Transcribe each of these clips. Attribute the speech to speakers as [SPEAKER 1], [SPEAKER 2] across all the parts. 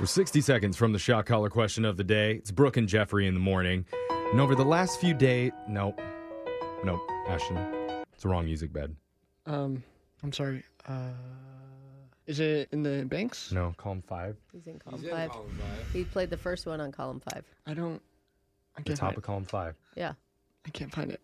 [SPEAKER 1] We're 60 seconds from the shot collar question of the day. It's Brooke and Jeffrey in the morning. And over the last few days, nope, nope, Ashton, it's the wrong music bed.
[SPEAKER 2] Um, I'm sorry. Uh, is it in the banks?
[SPEAKER 1] No, column five,
[SPEAKER 3] He's in column five. He played the first one on column five.
[SPEAKER 2] I don't. I
[SPEAKER 1] the
[SPEAKER 2] can't.
[SPEAKER 1] top
[SPEAKER 2] Find
[SPEAKER 1] of
[SPEAKER 2] it.
[SPEAKER 1] column five.
[SPEAKER 3] Yeah.
[SPEAKER 2] I can't find it.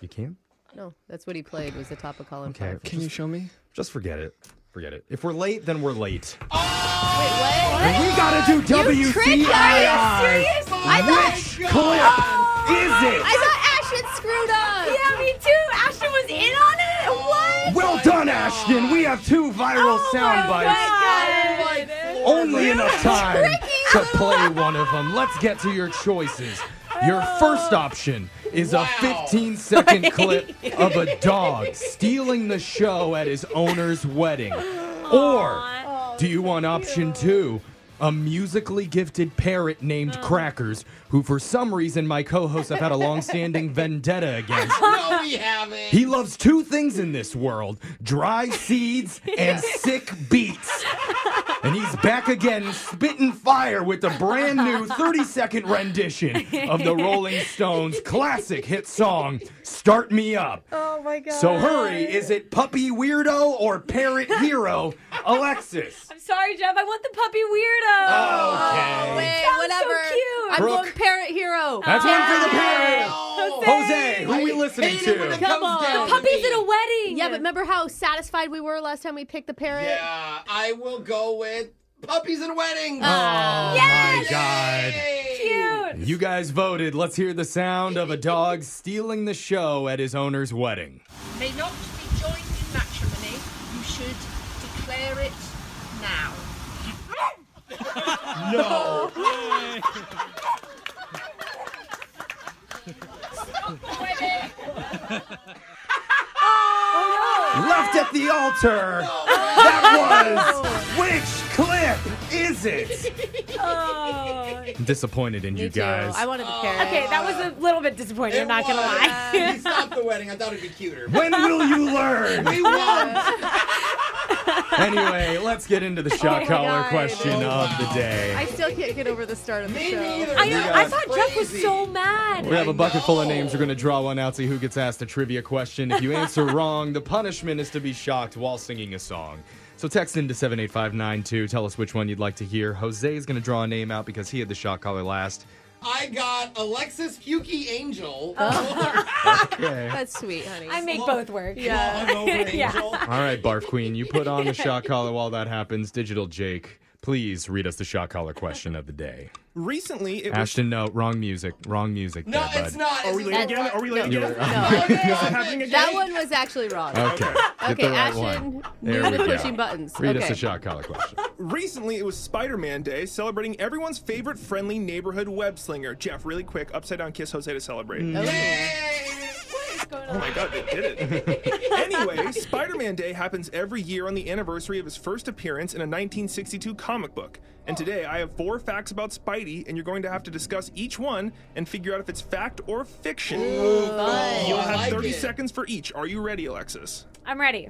[SPEAKER 1] You can?
[SPEAKER 3] No, that's what he played was the top of column
[SPEAKER 1] Okay.
[SPEAKER 3] five.
[SPEAKER 2] Can you show me?
[SPEAKER 1] Just forget it. Forget it. If we're late, then we're late.
[SPEAKER 3] Wait, what?
[SPEAKER 1] We gotta do
[SPEAKER 3] You tricked me. Are you serious? I thought,
[SPEAKER 1] Which clip is it?
[SPEAKER 3] I thought Ashton screwed up. Yeah, me too. Ashton was in on it. What?
[SPEAKER 1] Well done, Ashton. We have two viral
[SPEAKER 3] Oh
[SPEAKER 1] sound
[SPEAKER 4] Oh
[SPEAKER 1] bites. Only enough time to play one of them. Let's get to your choices. Your first option is a 15 second clip of a dog stealing the show at his owner's wedding. Or do you want option two? A musically gifted parrot named Crackers, who for some reason my co hosts have had a long standing vendetta against.
[SPEAKER 5] No, we haven't.
[SPEAKER 1] He loves two things in this world dry seeds and sick beats. And he's back again, spitting fire with a brand new 30 second rendition of the Rolling Stones' classic hit song, Start Me Up.
[SPEAKER 3] Oh my god.
[SPEAKER 1] So hurry, is it Puppy Weirdo or Parrot Hero? Alexis.
[SPEAKER 4] I'm sorry, Jeff. I want the puppy weirdo.
[SPEAKER 1] Okay.
[SPEAKER 3] Wait,
[SPEAKER 4] Sounds so
[SPEAKER 3] whatever.
[SPEAKER 4] cute.
[SPEAKER 3] I'm
[SPEAKER 1] Brooke.
[SPEAKER 3] going Parrot Hero.
[SPEAKER 1] That's one for the parrot.
[SPEAKER 5] No.
[SPEAKER 1] Jose, who are we listening
[SPEAKER 5] Hate it when it
[SPEAKER 1] to?
[SPEAKER 3] Come
[SPEAKER 5] comes
[SPEAKER 3] on.
[SPEAKER 5] down
[SPEAKER 3] The
[SPEAKER 5] to
[SPEAKER 4] Puppies
[SPEAKER 5] me.
[SPEAKER 4] at a wedding.
[SPEAKER 3] yeah, but remember how satisfied we were last time we picked the parrot?
[SPEAKER 5] Yeah, I will go with puppies and weddings.
[SPEAKER 1] Oh my god.
[SPEAKER 5] Oh,
[SPEAKER 4] cute.
[SPEAKER 1] You guys voted. Let's hear the sound of a dog stealing the show at his owner's wedding.
[SPEAKER 6] may not be joined in matrimony, you should declare it now.
[SPEAKER 1] No. Left at the altar. That was which clip is it?
[SPEAKER 4] Oh.
[SPEAKER 1] I'm disappointed in
[SPEAKER 3] Me
[SPEAKER 1] you
[SPEAKER 3] too.
[SPEAKER 1] guys.
[SPEAKER 3] I wanted the parrot.
[SPEAKER 4] Okay, that was a little bit disappointing. I'm not gonna lie.
[SPEAKER 5] he stopped the wedding. I thought it'd be cuter.
[SPEAKER 1] When will you learn?
[SPEAKER 5] We won.
[SPEAKER 1] anyway, let's get into the shot
[SPEAKER 3] Oh my
[SPEAKER 1] collar
[SPEAKER 3] God.
[SPEAKER 1] question
[SPEAKER 5] Oh,
[SPEAKER 1] of the
[SPEAKER 5] wow.
[SPEAKER 1] day.
[SPEAKER 3] I still can't get over the start of the
[SPEAKER 5] Me
[SPEAKER 3] show.
[SPEAKER 5] neither.
[SPEAKER 4] I, know, I
[SPEAKER 1] guys.
[SPEAKER 4] thought Jeff was so mad.
[SPEAKER 1] We have a
[SPEAKER 5] I
[SPEAKER 1] bucket full of
[SPEAKER 5] know.
[SPEAKER 1] names. We're going to draw one out, see who gets asked a trivia question. If you answer wrong, the punishment is to be shocked while singing a song. So text into 78592. Tell us which one you'd like to hear. Jose is going to draw a name out because he had the shot collar last.
[SPEAKER 5] I got Alexis Pukey Angel.
[SPEAKER 1] Oh. Okay.
[SPEAKER 3] That's sweet, honey.
[SPEAKER 4] I make both work.
[SPEAKER 3] yeah.
[SPEAKER 5] All over Angel.
[SPEAKER 1] All right, Barf Queen, you put on the shot collar while that happens. Digital Jake, please read us the shot collar question of the day.
[SPEAKER 7] Recently, it was.
[SPEAKER 1] Ashton, no, wrong music. Wrong music.
[SPEAKER 5] No,
[SPEAKER 1] there, bud.
[SPEAKER 5] it's not.
[SPEAKER 7] Are we late
[SPEAKER 3] That's-
[SPEAKER 7] again? Are we late
[SPEAKER 1] no,
[SPEAKER 7] again?
[SPEAKER 3] No.
[SPEAKER 7] Is it happening again?
[SPEAKER 3] That one was actually wrong.
[SPEAKER 1] Okay. Get
[SPEAKER 3] Okay,
[SPEAKER 1] the right
[SPEAKER 3] Ashton,
[SPEAKER 1] one.
[SPEAKER 3] new
[SPEAKER 1] There we
[SPEAKER 3] to
[SPEAKER 1] go.
[SPEAKER 3] pushing buttons.
[SPEAKER 1] Read us
[SPEAKER 3] okay.
[SPEAKER 1] the shot collar question.
[SPEAKER 7] Recently, it was Spider Man Day, celebrating everyone's favorite friendly neighborhood web slinger. Jeff, really quick, upside down kiss Jose to celebrate.
[SPEAKER 5] Mm.
[SPEAKER 7] Oh my god, they did it. anyway, Spider Man Day happens every year on the anniversary of his first appearance in a 1962 comic book. And today, I have four facts about Spidey, and you're going to have to discuss each one and figure out if it's fact or fiction.
[SPEAKER 3] Fun.
[SPEAKER 7] You'll
[SPEAKER 5] I
[SPEAKER 7] have
[SPEAKER 5] like
[SPEAKER 7] 30
[SPEAKER 5] it.
[SPEAKER 7] seconds for each. Are you ready, Alexis?
[SPEAKER 4] I'm ready.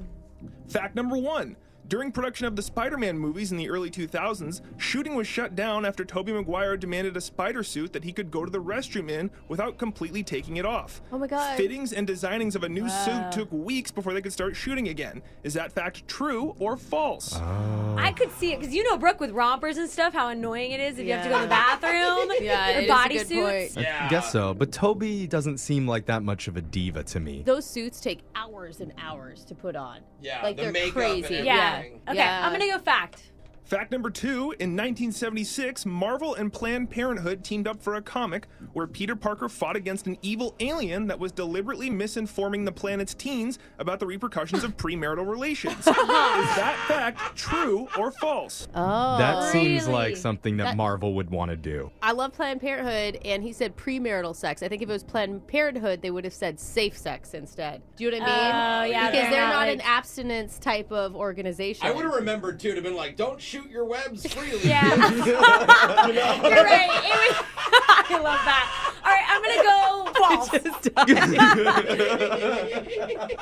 [SPEAKER 7] Fact number one. During production of the Spider Man movies in the early 2000s, shooting was shut down after Tobey Maguire demanded a spider suit that he could go to the restroom in without completely taking it off.
[SPEAKER 3] Oh my God.
[SPEAKER 7] Fittings and designings of a new suit took weeks before they could start shooting again. Is that fact true or false?
[SPEAKER 4] I could see it because you know Brooke with rompers and stuff. How annoying it is if you have to go to the
[SPEAKER 3] Yeah.
[SPEAKER 4] bathroom.
[SPEAKER 3] Yeah,
[SPEAKER 4] your
[SPEAKER 3] it is a good
[SPEAKER 4] bodysuits.
[SPEAKER 3] point.
[SPEAKER 1] I guess so, but Toby doesn't seem like that much of a diva to me.
[SPEAKER 3] Those suits take hours and hours to put on.
[SPEAKER 5] Yeah,
[SPEAKER 3] like
[SPEAKER 5] the
[SPEAKER 3] they're
[SPEAKER 5] makeup and
[SPEAKER 3] crazy.
[SPEAKER 5] everything.
[SPEAKER 4] Yeah.
[SPEAKER 5] Yeah.
[SPEAKER 4] Okay,
[SPEAKER 3] Yeah.
[SPEAKER 4] I'm gonna go fact.
[SPEAKER 7] Fact number two in 1976, Marvel and Planned Parenthood teamed up for a comic where Peter Parker fought against an evil alien that was deliberately misinforming the planet's teens about the repercussions of premarital relations. Is that fact true or false?
[SPEAKER 3] Oh,
[SPEAKER 1] That seems
[SPEAKER 4] really?
[SPEAKER 1] like something that,
[SPEAKER 3] That-
[SPEAKER 1] Marvel would want to do.
[SPEAKER 3] I love Planned Parenthood, and he said premarital sex. I think if it was Planned Parenthood, they would have said safe sex instead. Do you know what I mean?
[SPEAKER 4] Oh, yeah,
[SPEAKER 3] because
[SPEAKER 4] they're
[SPEAKER 3] they're
[SPEAKER 4] not
[SPEAKER 3] not
[SPEAKER 4] like-
[SPEAKER 3] an abstinence type of organization.
[SPEAKER 5] I would have remembered too to have been like, don't shoot your webs freely.
[SPEAKER 4] Yeah.
[SPEAKER 5] kids. You know?
[SPEAKER 4] You're right. It was- I love that. All right, I'm gonna go Wolf.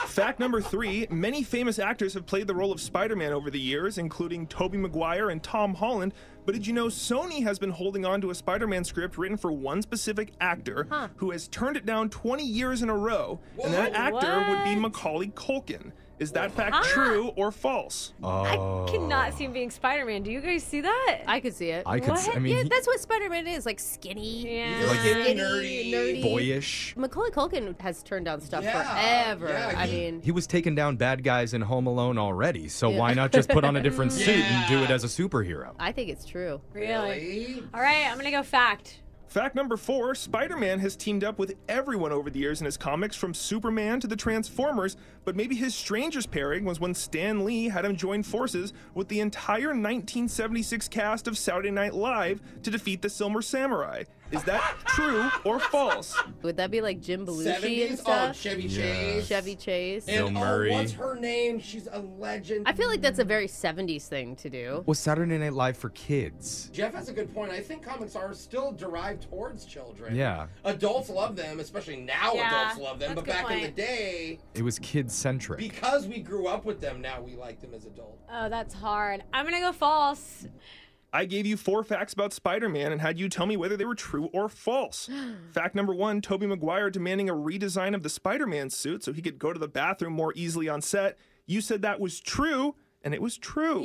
[SPEAKER 7] Fact number three many famous actors have played the role of Spider Man over the years, including Tobey Maguire and Tom Holland. But did you know Sony has been holding on to a Spider Man script written for one specific actor who has turned it down 20 years in a row? And that actor would be Macaulay Culkin. Is that fact true or false?
[SPEAKER 4] I cannot see him being Spider-Man. Do you guys see that?
[SPEAKER 3] I could see it.
[SPEAKER 1] I could. s- I
[SPEAKER 4] What?
[SPEAKER 1] mean,
[SPEAKER 3] yeah,
[SPEAKER 1] he-
[SPEAKER 3] that's what Spider-Man is like skinny.
[SPEAKER 4] yeah.
[SPEAKER 5] Like
[SPEAKER 3] Skinny,
[SPEAKER 5] nerdy.
[SPEAKER 3] nerdy.
[SPEAKER 1] boyish.
[SPEAKER 3] Macaulay Culkin has turned down stuff
[SPEAKER 5] Yeah,
[SPEAKER 3] forever.
[SPEAKER 5] yeah,
[SPEAKER 3] I
[SPEAKER 5] he-
[SPEAKER 3] mean,
[SPEAKER 1] He was taking down bad guys in Home Alone already, so
[SPEAKER 3] Yeah.
[SPEAKER 1] why not just put on a different suit and do
[SPEAKER 5] Yeah.
[SPEAKER 1] it as a superhero?
[SPEAKER 3] I think it's true.
[SPEAKER 4] really?
[SPEAKER 5] Really?
[SPEAKER 4] All right, I'm going to go fact.
[SPEAKER 7] Fact number four Spider Man has teamed up with everyone over the years in his comics, from Superman to the Transformers, but maybe his strangest pairing was when Stan Lee had him join forces with the entire 1976 cast of Saturday Night Live to defeat the Silver Samurai. Is that true or false?
[SPEAKER 3] Would that be like Jim Belushi and
[SPEAKER 5] Seventies? Oh,
[SPEAKER 3] stuff?
[SPEAKER 5] Chevy
[SPEAKER 1] Yeah.
[SPEAKER 5] Chase.
[SPEAKER 3] Chevy Chase.
[SPEAKER 1] Bill
[SPEAKER 5] And,
[SPEAKER 1] Murray.
[SPEAKER 5] Oh, what's her name? She's a legend.
[SPEAKER 3] I feel like that's a very 70s thing to do.
[SPEAKER 1] Was Saturday Night Live for kids?
[SPEAKER 5] Jeff has a good point. I think comics are still derived towards children.
[SPEAKER 1] Yeah.
[SPEAKER 5] Adults love them, especially now
[SPEAKER 4] Yeah,
[SPEAKER 5] adults love them,
[SPEAKER 4] that's
[SPEAKER 5] but
[SPEAKER 4] a good
[SPEAKER 5] back in the
[SPEAKER 4] point.
[SPEAKER 5] day,
[SPEAKER 1] It was kid centric.
[SPEAKER 5] because we grew up with them, now we like them as adults.
[SPEAKER 4] Oh, that's hard. I'm going to go false.
[SPEAKER 7] I gave you four facts about Spider Man and had you tell me whether they were true or false. Fact number one Tobey Maguire demanding a redesign of the Spider Man suit so he could go to the bathroom more easily on set. You said that was true, and it was true.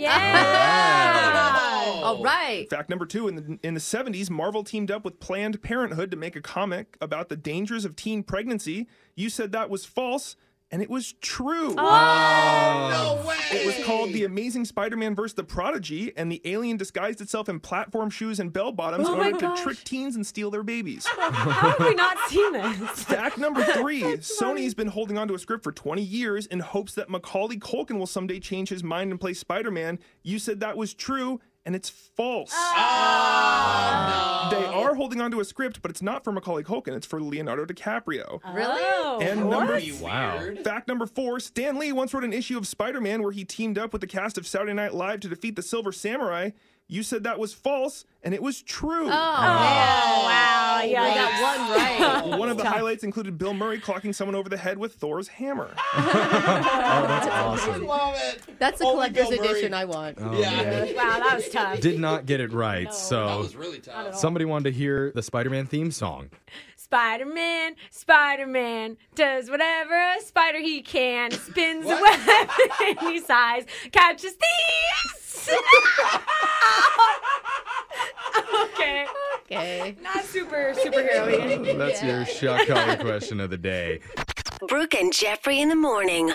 [SPEAKER 4] Yeah.
[SPEAKER 3] All right.
[SPEAKER 7] Fact number two in the, in the 70s, Marvel teamed up with Planned Parenthood to make a comic about the dangers of teen pregnancy. You said that was false, and it was true.
[SPEAKER 5] Oh, no way!
[SPEAKER 7] It was called The Amazing Spider Man vs. The Prodigy, and the alien disguised itself in platform shoes and bell bottoms in
[SPEAKER 4] my
[SPEAKER 7] order
[SPEAKER 4] gosh.
[SPEAKER 7] to trick teens and steal their babies.
[SPEAKER 4] How have we not seen this?
[SPEAKER 7] Fact number three Sony's been holding onto a script for 20 years in hopes that Macaulay Culkin will someday change his mind and play Spider Man. You said that was true, and it's false.
[SPEAKER 5] Oh,
[SPEAKER 7] They are holding onto a script, but it's not for Macaulay Culkin, it's for Leonardo DiCaprio.
[SPEAKER 3] Really?
[SPEAKER 4] Oh.
[SPEAKER 7] and number
[SPEAKER 5] Pretty
[SPEAKER 1] Wow.
[SPEAKER 5] weird.
[SPEAKER 7] Fact number four Stan Lee once wrote an issue of Spider Man where he teamed up with the cast of Saturday Night Live to defeat the Silver Samurai. You said that was false, and it was true.
[SPEAKER 4] wow. Yeah,
[SPEAKER 3] Oh, I got one right.
[SPEAKER 7] One of the highlights included Bill Murray clocking someone over the head with Thor's hammer.
[SPEAKER 1] Oh, that's
[SPEAKER 5] I
[SPEAKER 1] awesome.
[SPEAKER 5] love it.
[SPEAKER 3] That's the
[SPEAKER 5] Only
[SPEAKER 3] collector's
[SPEAKER 5] Bill Murray.
[SPEAKER 3] edition I want.
[SPEAKER 1] Oh,
[SPEAKER 5] Yeah.
[SPEAKER 1] man.
[SPEAKER 4] Wow, that was tough.
[SPEAKER 1] Did not get it right, so.
[SPEAKER 5] That was really tough.
[SPEAKER 1] Somebody wanted to hear the Spider Man theme song.
[SPEAKER 4] Spider Man, Spider Man does whatever a spider he can, spins a web in any size, catches thieves. okay,
[SPEAKER 3] Okay.
[SPEAKER 4] not super superhero.
[SPEAKER 1] That's your shock collar question of the day.
[SPEAKER 8] Brooke and Jeffrey in the morning.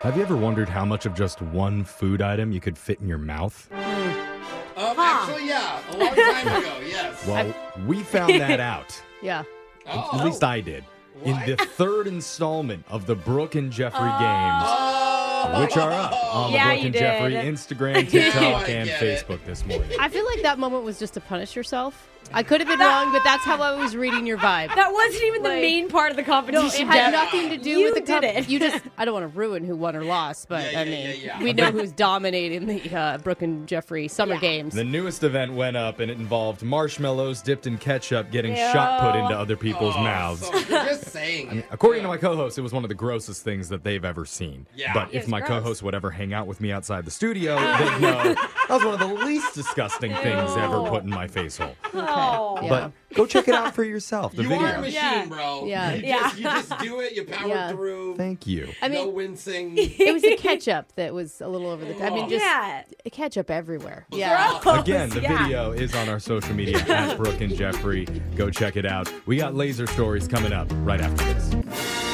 [SPEAKER 1] Have you ever wondered how much of just one food item you could fit in your mouth?
[SPEAKER 5] Um, Actually, yeah, a long time ago, yes.
[SPEAKER 1] Well, we found that out.
[SPEAKER 3] Yeah.
[SPEAKER 5] Oh.
[SPEAKER 1] At least I did. In the third installment of the Brooke and Jeffrey
[SPEAKER 5] Oh.
[SPEAKER 1] games, which are up on
[SPEAKER 4] Yeah,
[SPEAKER 1] the Brooke
[SPEAKER 4] you
[SPEAKER 1] and Jeffrey
[SPEAKER 4] did.
[SPEAKER 1] Instagram,
[SPEAKER 5] Now
[SPEAKER 1] TikTok,
[SPEAKER 5] I
[SPEAKER 1] and
[SPEAKER 5] get it.
[SPEAKER 1] Facebook this morning.
[SPEAKER 3] I feel like that moment was just to punish yourself. I could have been wrong, but that's how I was reading your vibe.
[SPEAKER 4] That wasn't even the
[SPEAKER 3] Like-
[SPEAKER 4] main part of the
[SPEAKER 3] No,
[SPEAKER 4] competition.
[SPEAKER 3] it
[SPEAKER 4] Deb.
[SPEAKER 3] had nothing to do
[SPEAKER 4] You
[SPEAKER 3] with the
[SPEAKER 4] did
[SPEAKER 3] cup.
[SPEAKER 4] it.
[SPEAKER 3] You just I don't want to ruin who won or lost, but
[SPEAKER 5] Yeah,
[SPEAKER 3] I
[SPEAKER 5] yeah,
[SPEAKER 3] mean
[SPEAKER 5] yeah, yeah.
[SPEAKER 3] we know who's dominating the uh, Brooke and Jeffrey summer games.
[SPEAKER 1] The newest event went up and it involved marshmallows dipped in ketchup getting shot put into other people's
[SPEAKER 5] Oh,
[SPEAKER 1] mouths.
[SPEAKER 5] so you're just saying. it.
[SPEAKER 1] According to my co-host, it was one of the grossest things that they've ever seen.
[SPEAKER 5] Yeah.
[SPEAKER 1] But
[SPEAKER 4] It
[SPEAKER 1] if
[SPEAKER 4] was
[SPEAKER 1] my
[SPEAKER 4] gross.
[SPEAKER 1] co-host would ever hang out with me outside the studio, they'd know that was one of the least disgusting things ever put in my face hole.
[SPEAKER 4] Oh.
[SPEAKER 3] Yeah.
[SPEAKER 1] But go check it out for yourself. The
[SPEAKER 5] you
[SPEAKER 1] video.
[SPEAKER 5] are a machine,
[SPEAKER 4] Yeah.
[SPEAKER 5] bro.
[SPEAKER 3] Yeah.
[SPEAKER 5] You,
[SPEAKER 4] Yeah.
[SPEAKER 5] Just, you just do it. You power
[SPEAKER 3] Yeah.
[SPEAKER 5] through.
[SPEAKER 1] Thank you.
[SPEAKER 3] I
[SPEAKER 5] no
[SPEAKER 3] mean,
[SPEAKER 5] wincing.
[SPEAKER 3] it was the ketchup that was a little over the. I mean, just
[SPEAKER 4] Yeah.
[SPEAKER 3] ketchup everywhere. Yeah.
[SPEAKER 1] Again, the
[SPEAKER 4] Yeah.
[SPEAKER 1] video is on our social media at Brooke and Jeffrey. Go check it out. We got laser stories coming up right after this.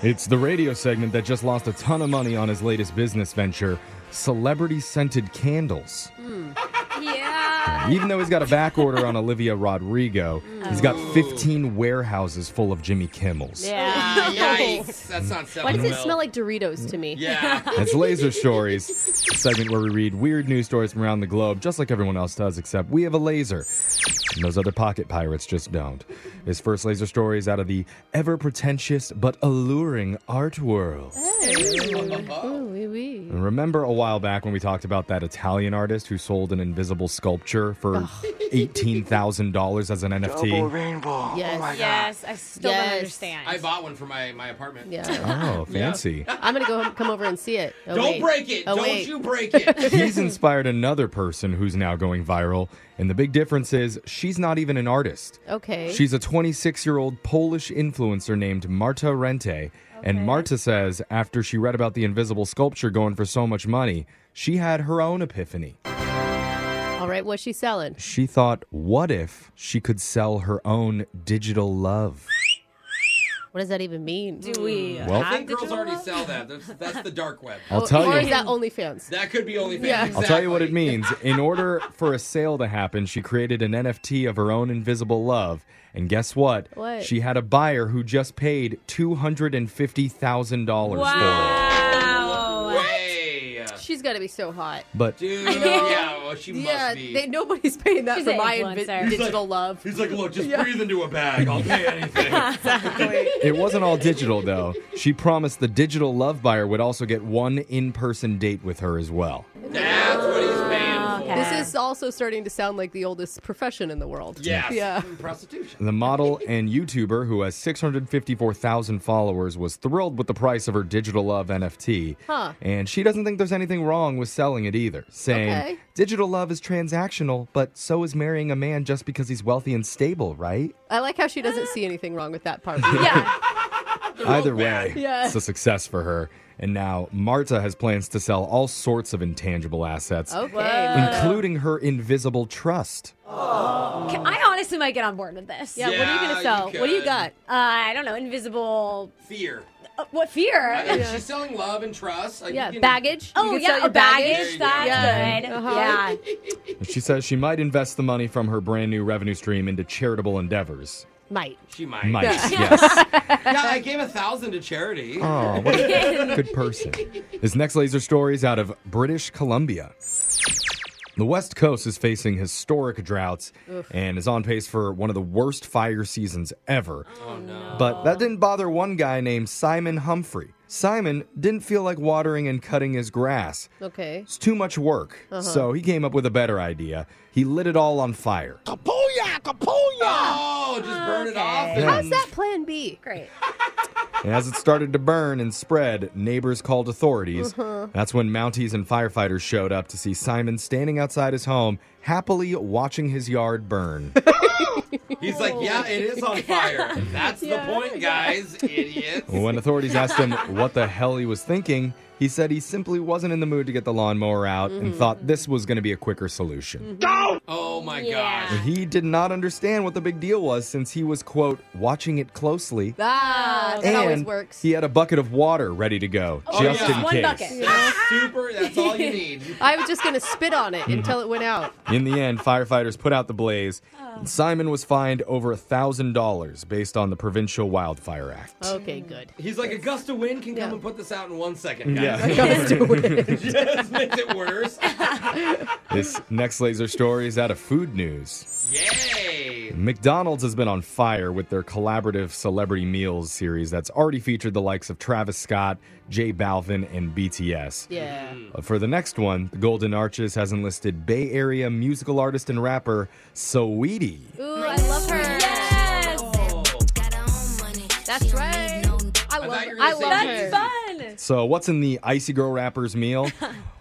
[SPEAKER 1] It's the radio segment that just lost a ton of money on his latest business venture, celebrity scented candles.
[SPEAKER 4] Yeah.
[SPEAKER 1] Even though he's got a back order on Olivia Rodrigo, he's got 15 warehouses full of Jimmy Kimmels.
[SPEAKER 4] Oh. Yeah.
[SPEAKER 5] Yikes. That's not
[SPEAKER 3] Why
[SPEAKER 5] seven
[SPEAKER 3] does it
[SPEAKER 5] mil.
[SPEAKER 3] smell like Doritos to me?
[SPEAKER 5] Yeah.
[SPEAKER 1] It's Laser Stories, a segment where we read weird news stories from around the globe, just like everyone else does, except we have a laser. And those other pocket pirates just don't. His first laser story is out of the ever pretentious but alluring art world.
[SPEAKER 3] Ooh, wee wee.
[SPEAKER 1] And remember a while back when we talked about that Italian artist who sold an invisible sculpture for $18,000 as an NFT.
[SPEAKER 9] rainbow.
[SPEAKER 3] Yes.
[SPEAKER 4] Yes, I still
[SPEAKER 3] Yes.
[SPEAKER 4] don't understand.
[SPEAKER 5] I bought one for my, my apartment.
[SPEAKER 3] Yeah.
[SPEAKER 1] Oh, fancy.
[SPEAKER 3] I'm gonna go home, come over and see it. Oh,
[SPEAKER 5] Don't
[SPEAKER 3] wait.
[SPEAKER 5] break it.
[SPEAKER 3] Oh,
[SPEAKER 5] Don't
[SPEAKER 3] wait.
[SPEAKER 5] you break it.
[SPEAKER 1] He's inspired another person who's now going viral. And the big difference is she's not even an artist.
[SPEAKER 3] Okay.
[SPEAKER 1] She's a 26 year old Polish influencer named Marta Rente. And Marta says after she read about the invisible sculpture going for so much money, she had her own epiphany.
[SPEAKER 3] All right. What's she selling?
[SPEAKER 1] She thought, what if she could sell her own digital love?
[SPEAKER 3] What does that even mean?
[SPEAKER 4] Do we?
[SPEAKER 1] Mm, Well-
[SPEAKER 5] I
[SPEAKER 4] have
[SPEAKER 5] think girls
[SPEAKER 4] digital
[SPEAKER 5] already
[SPEAKER 4] love?
[SPEAKER 5] sell that. That's, that's the dark web.
[SPEAKER 1] I'll
[SPEAKER 4] Oh,
[SPEAKER 3] Or-
[SPEAKER 1] tell
[SPEAKER 3] Or
[SPEAKER 1] you.
[SPEAKER 3] is that OnlyFans?
[SPEAKER 5] That could be OnlyFans.
[SPEAKER 3] Yeah.
[SPEAKER 5] Exactly.
[SPEAKER 1] I'll tell you what it means. In order for a sale to happen, she created an NFT of her own invisible love. And guess what?
[SPEAKER 3] What?
[SPEAKER 1] She had a buyer who just paid $250,000 for it.
[SPEAKER 4] Wow.
[SPEAKER 5] Way.
[SPEAKER 3] She's got to be so hot.
[SPEAKER 1] But
[SPEAKER 5] Dude, yeah, well, she
[SPEAKER 3] yeah,
[SPEAKER 5] must be.
[SPEAKER 3] they, nobody's paying that
[SPEAKER 4] She's
[SPEAKER 3] for
[SPEAKER 4] an
[SPEAKER 3] my invi-
[SPEAKER 4] influencer.
[SPEAKER 3] digital love.
[SPEAKER 5] He's like, look, just breathe into a bag. I'll pay anything.
[SPEAKER 1] it wasn't all digital, though. She promised the digital love buyer would also get one in person date with her as well.
[SPEAKER 5] That's what he's
[SPEAKER 4] Ah,
[SPEAKER 5] paying for.
[SPEAKER 3] This is also starting to sound like the oldest profession in the world.
[SPEAKER 5] Yes.
[SPEAKER 3] Yeah.
[SPEAKER 5] Prostitution.
[SPEAKER 1] The model and YouTuber, who has 654,000 followers, was thrilled with the price of her Digital Love NFT.
[SPEAKER 3] Huh.
[SPEAKER 1] And she doesn't think there's anything wrong with selling it either, saying,
[SPEAKER 3] Okay.
[SPEAKER 1] Digital love is transactional, but so is marrying a man just because he's wealthy and stable, right?
[SPEAKER 3] I like how she doesn't see anything wrong with that part.
[SPEAKER 4] Ah. Yeah.
[SPEAKER 1] Either way,
[SPEAKER 3] Yeah.
[SPEAKER 1] it's a success for her. And now Marta has plans to sell all sorts of intangible assets,
[SPEAKER 3] Okay.
[SPEAKER 1] including her invisible trust.
[SPEAKER 4] Can- I honestly might get on board with this.
[SPEAKER 3] Yeah, what are you
[SPEAKER 5] Yeah,
[SPEAKER 3] going to
[SPEAKER 5] you
[SPEAKER 3] sell? what do you
[SPEAKER 5] could.
[SPEAKER 3] got?
[SPEAKER 4] Uh, I don't know. Invisible.
[SPEAKER 5] Fear.
[SPEAKER 4] Uh, what fear?
[SPEAKER 5] Right? She's selling love and trust. Like,
[SPEAKER 3] Yeah,
[SPEAKER 5] you can-
[SPEAKER 3] baggage.
[SPEAKER 4] Oh
[SPEAKER 3] You could
[SPEAKER 4] yeah, a
[SPEAKER 3] sell your Uh-huh.
[SPEAKER 4] baggage.
[SPEAKER 5] There
[SPEAKER 4] That's
[SPEAKER 5] you go.
[SPEAKER 4] good. Yeah. Uh-huh.
[SPEAKER 1] She says she might invest the money from her brand new revenue stream into charitable endeavors.
[SPEAKER 3] Might.
[SPEAKER 5] She might.
[SPEAKER 1] Might, yes.
[SPEAKER 5] Yeah, I gave a thousand to charity.
[SPEAKER 1] Oh, what a good person. This next laser story is out of British Columbia. The West Coast is facing historic droughts and is on pace for one of the worst fire seasons ever.
[SPEAKER 5] Oh, no.
[SPEAKER 1] But that didn't bother one guy named Simon Humphrey. Simon didn't feel like watering and cutting his grass.
[SPEAKER 3] Okay.
[SPEAKER 1] It's too much work. So he came up with a better idea. He lit it all on fire.
[SPEAKER 5] Oh, just burn it off.
[SPEAKER 1] Yeah.
[SPEAKER 3] How's that plan B?
[SPEAKER 4] Ah. Great.
[SPEAKER 1] And as it started to burn and spread, neighbors called authorities. That's when Mounties and firefighters showed up to see Simon standing outside his home, happily watching his yard burn.
[SPEAKER 5] He's like, yeah, it is on fire. That's the point, guys, idiots.
[SPEAKER 1] when authorities asked him what the hell he was thinking, he said he simply wasn't in the mood to get the lawnmower out and thought this was going to be a quicker
[SPEAKER 3] Mm-hmm.
[SPEAKER 1] solution.
[SPEAKER 5] Oh my
[SPEAKER 4] Yeah.
[SPEAKER 5] gosh.
[SPEAKER 1] He did not understand what the big deal was since he was, quote, watching it closely.
[SPEAKER 3] Ah, that
[SPEAKER 1] and
[SPEAKER 3] always works. Oh,
[SPEAKER 1] he had a bucket of water ready to go, just
[SPEAKER 5] Oh, yeah.
[SPEAKER 1] in
[SPEAKER 4] One
[SPEAKER 1] case.
[SPEAKER 4] bucket.
[SPEAKER 5] Super. That's all you need.
[SPEAKER 3] I was just going to spit on it until it went out.
[SPEAKER 1] In the end, firefighters put out the blaze.
[SPEAKER 3] Oh.
[SPEAKER 1] and Simon was fined over $1,000 based on the Provincial Wildfire Act.
[SPEAKER 3] Okay, good.
[SPEAKER 5] He's like, a gust of wind can come
[SPEAKER 3] Yeah.
[SPEAKER 5] and put this out in one second, guys.
[SPEAKER 1] Yeah.
[SPEAKER 5] This makes it worse.
[SPEAKER 1] this next laser story is out of food news.
[SPEAKER 5] Yay.
[SPEAKER 1] McDonald's has been on fire with their collaborative celebrity meals series that's already featured the likes of Travis Scott, Jay Balvin, and BTS.
[SPEAKER 3] Yeah.
[SPEAKER 1] Uh, For the next one, the Golden Arches has enlisted Bay Area musical artist and rapper Saweetie.
[SPEAKER 3] Ooh, I love her.
[SPEAKER 4] Yes.
[SPEAKER 5] Oh,
[SPEAKER 3] That's right. I love,
[SPEAKER 5] thought you were
[SPEAKER 3] I
[SPEAKER 5] gonna say
[SPEAKER 3] love
[SPEAKER 5] Jay-Z.
[SPEAKER 3] her.
[SPEAKER 4] Fun.
[SPEAKER 1] So, what's in the Icy Girl Rapper's meal?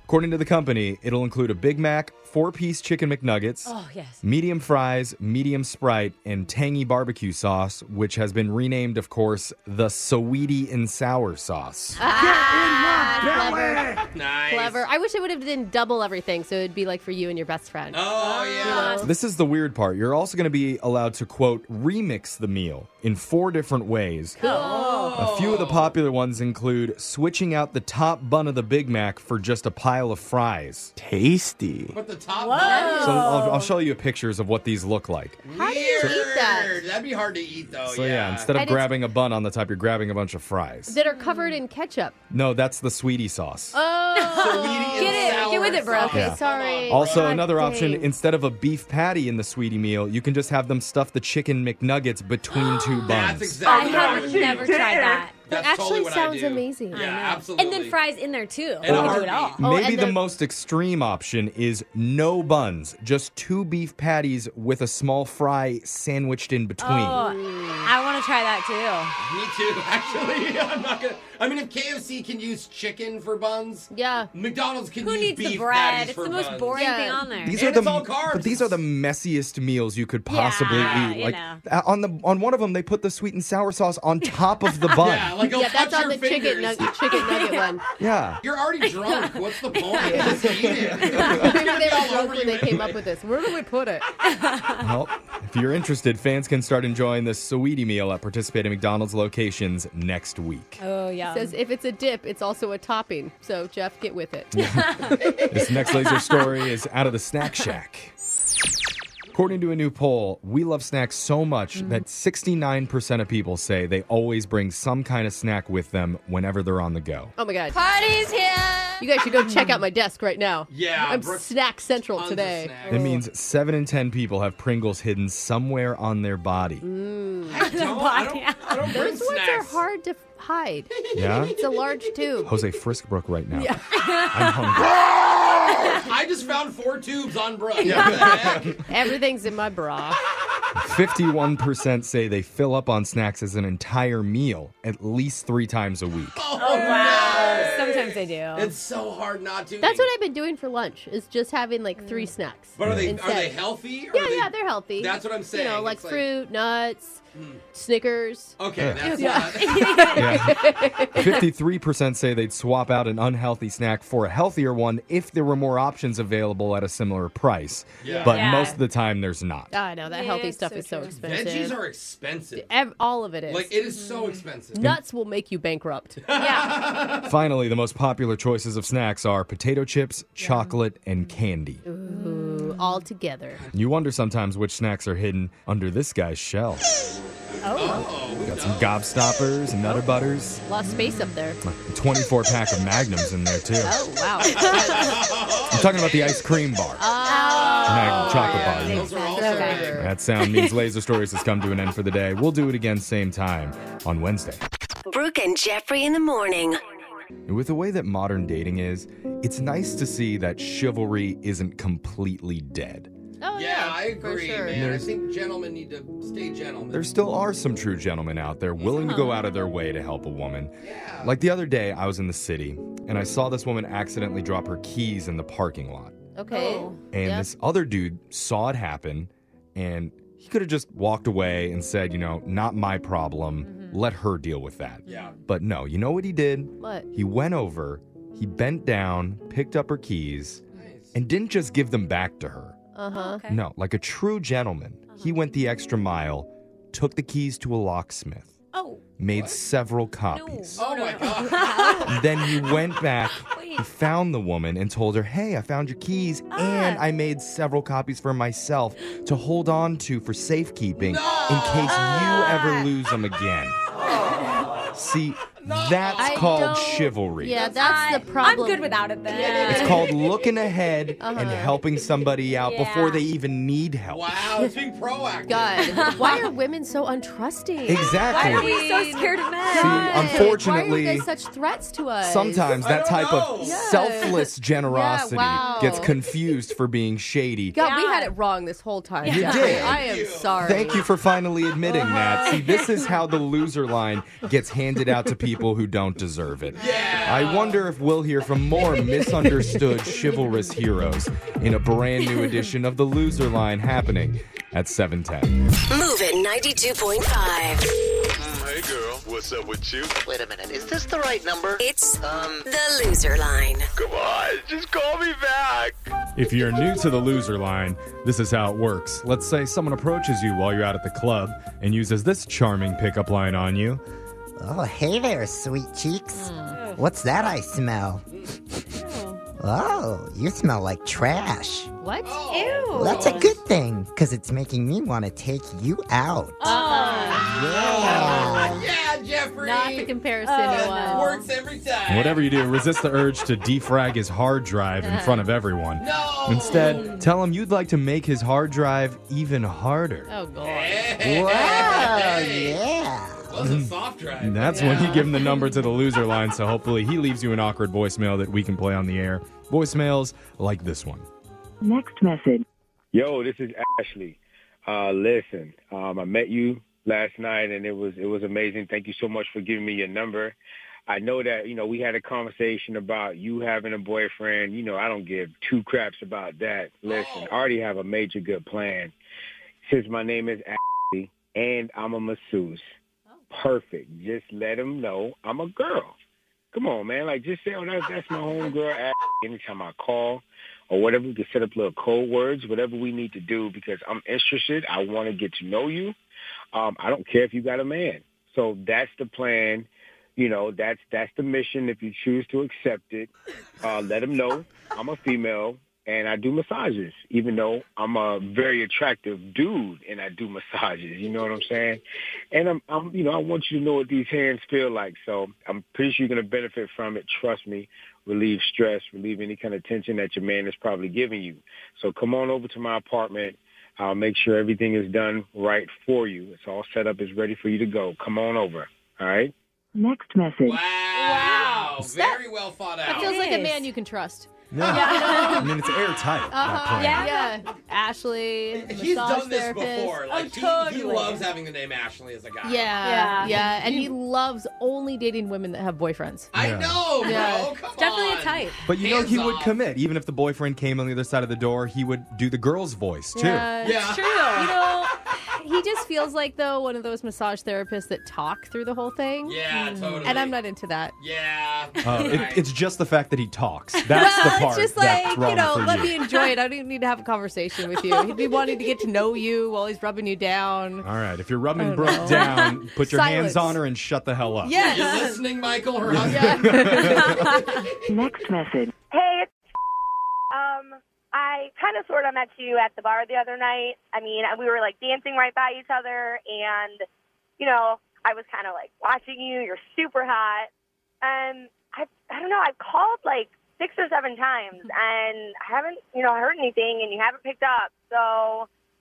[SPEAKER 1] According to the company, it'll include a Big Mac, four piece chicken McNuggets,
[SPEAKER 4] Oh yes.
[SPEAKER 1] medium fries, medium Sprite, and tangy barbecue sauce, which has been renamed, of course, the Saweetie and Sour Sauce.
[SPEAKER 4] Uh-huh.
[SPEAKER 3] Ah, clever.
[SPEAKER 5] Nice.
[SPEAKER 3] Clever. I wish I would have done double everything, so it'd be like for you and your best friend.
[SPEAKER 4] Ah.
[SPEAKER 5] Oh, yeah.
[SPEAKER 1] This is the weird part. You're also going to be allowed to, quote, remix the meal in four different ways.
[SPEAKER 3] oh.
[SPEAKER 1] A few of the popular ones include switching out the top bun of the Big Mac for just a pile of fries.
[SPEAKER 9] Tasty.
[SPEAKER 5] But the top
[SPEAKER 4] Whoa.
[SPEAKER 1] So I'll,
[SPEAKER 3] Oh.
[SPEAKER 1] I'll show you pictures of what these look like.
[SPEAKER 3] How do you eat that?
[SPEAKER 5] That'd be hard to eat, though.
[SPEAKER 1] So yeah,
[SPEAKER 5] Oh, yeah.
[SPEAKER 1] instead of
[SPEAKER 3] And it's-
[SPEAKER 1] grabbing a bun on the top, you're grabbing a bunch of fries.
[SPEAKER 3] That are covered in ketchup.
[SPEAKER 1] no, that's the sweetie sauce.
[SPEAKER 3] Oh,
[SPEAKER 4] Get it. Get with it, bro.
[SPEAKER 3] Okay,
[SPEAKER 1] Yeah.
[SPEAKER 3] sorry.
[SPEAKER 1] also,
[SPEAKER 3] God
[SPEAKER 1] another option
[SPEAKER 3] dang.
[SPEAKER 1] instead of a beef patty in the sweetie meal, you can just have them stuff the chicken McNuggets between two buns.
[SPEAKER 5] That's
[SPEAKER 4] I
[SPEAKER 5] exactly what I
[SPEAKER 4] have
[SPEAKER 5] was
[SPEAKER 4] never tried that.
[SPEAKER 3] That
[SPEAKER 5] That's totally
[SPEAKER 3] actually
[SPEAKER 5] what I
[SPEAKER 3] sounds
[SPEAKER 5] do.
[SPEAKER 3] amazing.
[SPEAKER 5] Yeah,
[SPEAKER 3] I know.
[SPEAKER 5] absolutely.
[SPEAKER 4] And then fries in there too.
[SPEAKER 5] In a
[SPEAKER 4] I'll do it all.
[SPEAKER 5] heartbeat.
[SPEAKER 3] Oh,
[SPEAKER 1] Maybe
[SPEAKER 3] and
[SPEAKER 1] the,
[SPEAKER 3] the-
[SPEAKER 1] most extreme option is no buns, just two beef patties with a small fry sandwiched in between.
[SPEAKER 4] Oh, I want to try that too.
[SPEAKER 5] Me too, actually. I'm not gonna. I mean, if KFC can use chicken for buns,
[SPEAKER 3] Yeah.
[SPEAKER 5] McDonald's can
[SPEAKER 4] Who
[SPEAKER 5] use
[SPEAKER 4] needs
[SPEAKER 5] beef
[SPEAKER 4] the
[SPEAKER 5] patties
[SPEAKER 4] bread? It's
[SPEAKER 5] for
[SPEAKER 4] the most
[SPEAKER 5] buns.
[SPEAKER 4] boring
[SPEAKER 3] Yeah.
[SPEAKER 4] thing on there.
[SPEAKER 1] These
[SPEAKER 5] And
[SPEAKER 1] are the
[SPEAKER 5] it's all carbs.
[SPEAKER 1] but these are the messiest meals you could possibly
[SPEAKER 4] Yeah,
[SPEAKER 1] eat.
[SPEAKER 4] you
[SPEAKER 1] Like
[SPEAKER 4] know.
[SPEAKER 1] uh, on the on one of them they put the sweet and sour sauce on top of the bun.
[SPEAKER 5] Yeah, like they'll
[SPEAKER 3] yeah,
[SPEAKER 5] cut
[SPEAKER 3] that's on
[SPEAKER 5] your
[SPEAKER 3] the
[SPEAKER 5] fingers.
[SPEAKER 3] chicken nugget, chicken nugget one.
[SPEAKER 1] Yeah.
[SPEAKER 5] You're already drunk. What's the point? Just eat it.
[SPEAKER 3] Remember they
[SPEAKER 5] all
[SPEAKER 3] were drunk
[SPEAKER 5] over
[SPEAKER 3] when
[SPEAKER 5] you
[SPEAKER 3] they came
[SPEAKER 5] anyway.
[SPEAKER 3] up with this. Where do we put it?
[SPEAKER 1] Well, if you're interested, fans can start enjoying the sweetie meal at participating McDonald's locations next week.
[SPEAKER 4] Oh yeah.
[SPEAKER 3] Says if it's a dip, it's also a topping. So Jeff, get with it.
[SPEAKER 1] This next laser story is out of the snack shack. According to a new poll, we love snacks so much that 69% of people say they always bring some kind of snack with them whenever they're on the go.
[SPEAKER 3] Oh my god.
[SPEAKER 4] Party's here.
[SPEAKER 3] You guys should go check out my desk right now.
[SPEAKER 5] Yeah,
[SPEAKER 3] I'm
[SPEAKER 5] Brooke's
[SPEAKER 3] snack central
[SPEAKER 5] Tons of
[SPEAKER 3] today.
[SPEAKER 5] snacks.
[SPEAKER 1] That means 7 in 10 people have Pringles hidden somewhere on their body.
[SPEAKER 5] I don't, I don't, I don't bring
[SPEAKER 3] Those ones are
[SPEAKER 5] snacks.
[SPEAKER 3] hard to hide.
[SPEAKER 1] Yeah?
[SPEAKER 3] It's a large tube.
[SPEAKER 1] Jose Friskbrook right now. I'm hungry.
[SPEAKER 5] I just found four tubes on Brooke. What the heck?
[SPEAKER 3] Everything's in my bra.
[SPEAKER 1] 51% say they fill up on snacks as an entire meal at least 3 times a week.
[SPEAKER 4] Oh, Sometimes I do.
[SPEAKER 5] Oh, It's so hard not to.
[SPEAKER 3] That's
[SPEAKER 5] eat.
[SPEAKER 3] what I've been doing for lunch is just having like three
[SPEAKER 4] Mm.
[SPEAKER 3] snacks.
[SPEAKER 5] But are they are
[SPEAKER 3] instead.
[SPEAKER 5] they healthy? Or
[SPEAKER 3] Yeah,
[SPEAKER 5] are they,
[SPEAKER 3] yeah, they're healthy.
[SPEAKER 5] That's what I'm saying.
[SPEAKER 3] You know, like
[SPEAKER 5] It's like- Hmm.
[SPEAKER 3] fruit, nuts, Snickers.
[SPEAKER 5] Okay, that's not.
[SPEAKER 1] Yeah. 53% say they'd swap out an unhealthy snack for a healthier one if there were more options available at a similar price.
[SPEAKER 5] Yeah.
[SPEAKER 1] But
[SPEAKER 4] Yeah.
[SPEAKER 1] most of the time, there's not.
[SPEAKER 3] Ah, no, that
[SPEAKER 4] Yeah,
[SPEAKER 3] healthy
[SPEAKER 4] it's
[SPEAKER 3] stuff
[SPEAKER 4] so
[SPEAKER 3] is so
[SPEAKER 4] true.
[SPEAKER 3] expensive.
[SPEAKER 5] Veggies are expensive.
[SPEAKER 3] Ev- all of it is.
[SPEAKER 5] Like it is
[SPEAKER 4] Mm-hmm.
[SPEAKER 5] so expensive.
[SPEAKER 3] Mm. Nuts will make you bankrupt.
[SPEAKER 4] yeah.
[SPEAKER 1] Finally, the most popular choices of snacks are potato chips, chocolate, and candy.
[SPEAKER 3] Ooh, all together.
[SPEAKER 1] You wonder sometimes which snacks are hidden under this guy's shell.
[SPEAKER 5] Oh,
[SPEAKER 1] Got some gobstoppers and nutter butters,
[SPEAKER 3] A lot of Oh. space up there.
[SPEAKER 1] a 24 pack of magnums in there, too.
[SPEAKER 3] Oh, wow.
[SPEAKER 1] I'm talking about the ice cream bar. Magnum chocolate bar. you know.
[SPEAKER 5] Oh, those are also
[SPEAKER 3] Okay.
[SPEAKER 5] big.
[SPEAKER 1] That sound means Laser Stories has come to an end for the day. We'll do it again same time on Wednesday.
[SPEAKER 8] Brooke and Jeffrey in the morning.
[SPEAKER 1] With the way that modern dating is, it's nice to see that chivalry isn't completely dead.
[SPEAKER 3] Oh,
[SPEAKER 5] Yeah, I agree,
[SPEAKER 3] For sure.
[SPEAKER 5] man. I think gentlemen need to stay gentlemen.
[SPEAKER 1] There still are some true gentlemen out there willing to go out of their way to help a woman.
[SPEAKER 5] yeah.
[SPEAKER 1] Like the other day, I was in the city and I saw this woman accidentally drop her keys in the parking lot.
[SPEAKER 3] Okay.
[SPEAKER 1] And
[SPEAKER 3] Yeah.
[SPEAKER 1] this other dude saw it happen and he could have just walked away and said, you know, not my problem. Let her deal with that.
[SPEAKER 5] Yeah.
[SPEAKER 1] But no, you know what he did?
[SPEAKER 3] What?
[SPEAKER 1] He went over, he bent down, picked up her keys,
[SPEAKER 5] Nice.
[SPEAKER 1] and didn't just give them back to her.
[SPEAKER 3] Uh huh.
[SPEAKER 4] Okay. Uh-huh.
[SPEAKER 1] No, like a true gentleman, he went the extra mile, took the keys to a locksmith,
[SPEAKER 4] Oh.
[SPEAKER 1] made several
[SPEAKER 4] No.
[SPEAKER 1] copies.
[SPEAKER 5] Oh my God.
[SPEAKER 1] And then he went back,
[SPEAKER 4] Wait.
[SPEAKER 1] he found the woman and told her, Hey, I found your keys, and
[SPEAKER 4] Ah.
[SPEAKER 1] I made several copies for myself to hold on to for safekeeping in case
[SPEAKER 4] Ah!
[SPEAKER 1] you ever lose them again. See, that's
[SPEAKER 3] I
[SPEAKER 1] called
[SPEAKER 3] don't-
[SPEAKER 1] chivalry.
[SPEAKER 3] Yeah, that's
[SPEAKER 4] I-
[SPEAKER 3] the problem.
[SPEAKER 4] I'm good without it then.
[SPEAKER 1] It's called looking ahead and helping somebody out
[SPEAKER 4] Uh-huh. Yeah.
[SPEAKER 1] before they even need help.
[SPEAKER 5] Wow, it's being proactive.
[SPEAKER 3] God, why are women so untrusting?
[SPEAKER 1] Exactly.
[SPEAKER 4] Why are we so scared of men?
[SPEAKER 1] See, unfortunately,
[SPEAKER 3] why are you guys such threats to us?
[SPEAKER 1] Sometimes
[SPEAKER 5] I
[SPEAKER 1] that
[SPEAKER 5] don't
[SPEAKER 1] type
[SPEAKER 5] know.
[SPEAKER 1] of
[SPEAKER 5] Yeah.
[SPEAKER 1] selfless generosity
[SPEAKER 3] wow.
[SPEAKER 1] gets confused for being shady.
[SPEAKER 3] God, we
[SPEAKER 4] Yeah.
[SPEAKER 3] had it wrong this whole time.
[SPEAKER 1] You
[SPEAKER 3] Jeff.
[SPEAKER 1] did.
[SPEAKER 3] I am sorry.
[SPEAKER 1] Thank you for finally admitting that. See, this is how the loser line gets handed out to people who don't deserve it. I wonder if we'll hear from more misunderstood chivalrous heroes in a brand new edition of the loser line happening at 710.
[SPEAKER 8] Move it 92.5.
[SPEAKER 9] Mm, Hey girl, what's up with you?
[SPEAKER 10] Wait a minute, is this the right number?
[SPEAKER 8] It's
[SPEAKER 10] Um,
[SPEAKER 8] the loser line.
[SPEAKER 9] Come on, just call me back.
[SPEAKER 1] If you're new to the loser line, this is how it works. Let's say someone approaches you while you're out at the club and uses this charming pickup line on you.
[SPEAKER 11] Oh, hey there, sweet cheeks.
[SPEAKER 6] Mm.
[SPEAKER 11] What's that I smell? Oh, you smell like trash.
[SPEAKER 3] What?
[SPEAKER 4] Ew.
[SPEAKER 11] Well, that's a good thing, because it's making me want to take you out.
[SPEAKER 3] Uh-uh.
[SPEAKER 11] Yeah.
[SPEAKER 5] Ah, Yeah, Jeffrey.
[SPEAKER 3] Not the comparison
[SPEAKER 4] Uh,
[SPEAKER 3] uh, you want.
[SPEAKER 5] Works every time.
[SPEAKER 1] Whatever you do, resist the urge to defrag his hard drive in front of everyone.
[SPEAKER 5] No.
[SPEAKER 1] Instead, tell him you'd like to make his hard drive even harder.
[SPEAKER 3] Oh, God.
[SPEAKER 11] Wow, yeah.
[SPEAKER 5] was a soft drive.
[SPEAKER 1] Hmm. And that's when you give him the number to the loser line, so hopefully he leaves you an awkward voicemail that we can play on the air. Voicemails like this one.
[SPEAKER 12] Next message. Yo, this is Ashley. Uh, listen, um, I met you last night, and it was it was amazing. Thank you so much for giving me your number. I know that you know we had a conversation about you having a boyfriend. You know, I don't give two craps about that. Listen, I already have a major good plan. Since my name is Ashley and I'm a masseuse, perfect. Just let him know I'm a girl. Come on, man. Like, just say, oh, that, that's my homegirl. Ashley. Anytime I call, or whatever. We can set up little code words, whatever we need to do because I'm interested. I want to get to know you. Um, I don't care if you got a man. So that's the plan. You know, that's that's the mission. If you choose to accept it, uh, let them know I'm a female and I do massages. Even though I'm a very attractive dude and I do massages, you know what I'm saying? And I'm, I'm, you know, I want you to know what these hands feel like. So I'm pretty sure you're gonna benefit from it. Trust me relieve stress, relieve any kind of tension that your man is probably giving you. So come on over to my apartment. I'll make sure everything is done right for you. It's all set up. It's ready for you to go. Come on over. All right? Next message.
[SPEAKER 5] Wow, very well thought out.
[SPEAKER 3] That feels like a man you can trust.
[SPEAKER 1] Yeah. I mean, it's airtight. that
[SPEAKER 3] Uh-huh,
[SPEAKER 1] plan.
[SPEAKER 3] yeah. yeah. Ashley.
[SPEAKER 5] He's
[SPEAKER 3] massage
[SPEAKER 5] done this
[SPEAKER 3] therapist. Oh,
[SPEAKER 5] before. Like he- he, loves having the name Ashley as a guy.
[SPEAKER 3] Yeah, yeah, and he loves only dating women that have boyfriends.
[SPEAKER 5] I know, bro.
[SPEAKER 3] Yeah.
[SPEAKER 5] Come
[SPEAKER 4] Definitely
[SPEAKER 5] on.
[SPEAKER 4] a type.
[SPEAKER 1] But you know
[SPEAKER 5] Hands
[SPEAKER 1] he would
[SPEAKER 5] off.
[SPEAKER 1] commit. Even if the boyfriend came on the other side of the door, he would do the girl's voice too.
[SPEAKER 3] Yeah, it's true. You know, he just feels like though one of those massage therapists that talk through the whole thing.
[SPEAKER 5] Yeah,
[SPEAKER 4] Hmm.
[SPEAKER 5] totally.
[SPEAKER 3] And I'm not into that.
[SPEAKER 5] Yeah.
[SPEAKER 1] Uh, it, it's just the fact that he talks. That's the
[SPEAKER 3] Well,
[SPEAKER 1] part
[SPEAKER 3] it's just
[SPEAKER 1] that's
[SPEAKER 3] like,
[SPEAKER 1] wrong
[SPEAKER 3] you know,
[SPEAKER 1] for
[SPEAKER 3] let
[SPEAKER 1] you.
[SPEAKER 3] me enjoy it. I don't even need to have a conversation with you. He'd be wanting to get to know you while he's rubbing you down.
[SPEAKER 1] All right, if you're rubbing
[SPEAKER 3] I don't
[SPEAKER 1] Brooke
[SPEAKER 3] know.
[SPEAKER 1] down, put your hands
[SPEAKER 3] Silence.
[SPEAKER 1] on her and shut the hell up.
[SPEAKER 3] Yes.
[SPEAKER 5] You listening, Michael? Her
[SPEAKER 1] Next message.
[SPEAKER 13] Hey, it's um, I kind of sort of met you at the bar the other night. I mean, we were like dancing right by each other, and you know, I was kind of like watching you. You're super hot, and I, I don't know. I've called like six or seven times, and I haven't, you know, heard anything, and you haven't picked up. So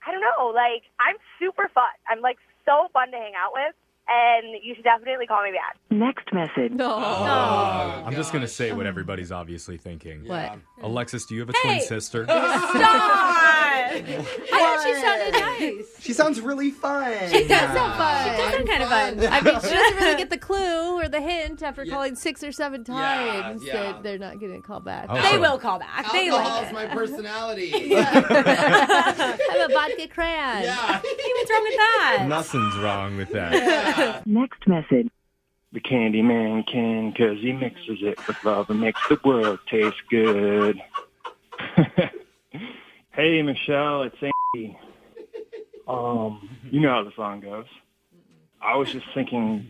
[SPEAKER 13] I don't know. Like, I'm super fun. I'm like so fun to hang out with, and you should definitely call me back.
[SPEAKER 1] Next message.
[SPEAKER 3] No.
[SPEAKER 1] Oh, I'm just going to say what everybody's obviously thinking.
[SPEAKER 3] Oh, What?
[SPEAKER 1] Alexis, do you have a
[SPEAKER 3] Hey!
[SPEAKER 1] twin sister?
[SPEAKER 4] Stop! I thought she sounded nice.
[SPEAKER 11] She sounds really fun.
[SPEAKER 3] She does sound fun.
[SPEAKER 4] She does sound kind of fun.
[SPEAKER 3] I mean, she doesn't really get the clue or the hint after calling six or seven
[SPEAKER 5] Yeah,
[SPEAKER 3] times
[SPEAKER 5] yeah.
[SPEAKER 3] that they're not getting a call back.
[SPEAKER 1] Oh, They so- will
[SPEAKER 4] call back.
[SPEAKER 3] They
[SPEAKER 5] Alcohol's
[SPEAKER 3] like it.
[SPEAKER 5] my personality.
[SPEAKER 3] I'm a vodka crayon.
[SPEAKER 5] Yeah.
[SPEAKER 4] What's wrong with that?
[SPEAKER 1] Nothing's wrong with that.
[SPEAKER 12] Next message. The candy man can, cause he mixes it with love and makes the world taste good. hey, Michelle, it's Andy. Um, you know how the song goes. I was just thinking,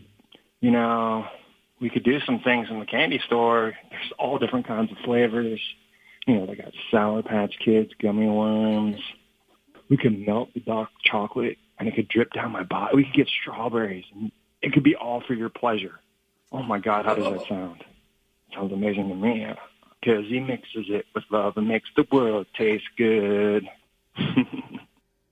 [SPEAKER 12] you know, we could do some things in the candy store. There's all different kinds of flavors. You know, they got Sour Patch Kids, gummy worms. We could melt the dark chocolate and it could drip down my body. We could get strawberries. And it could be all for your pleasure. Oh my God, how does that sound? Sounds amazing to me. Because he mixes it with love and makes the world taste good.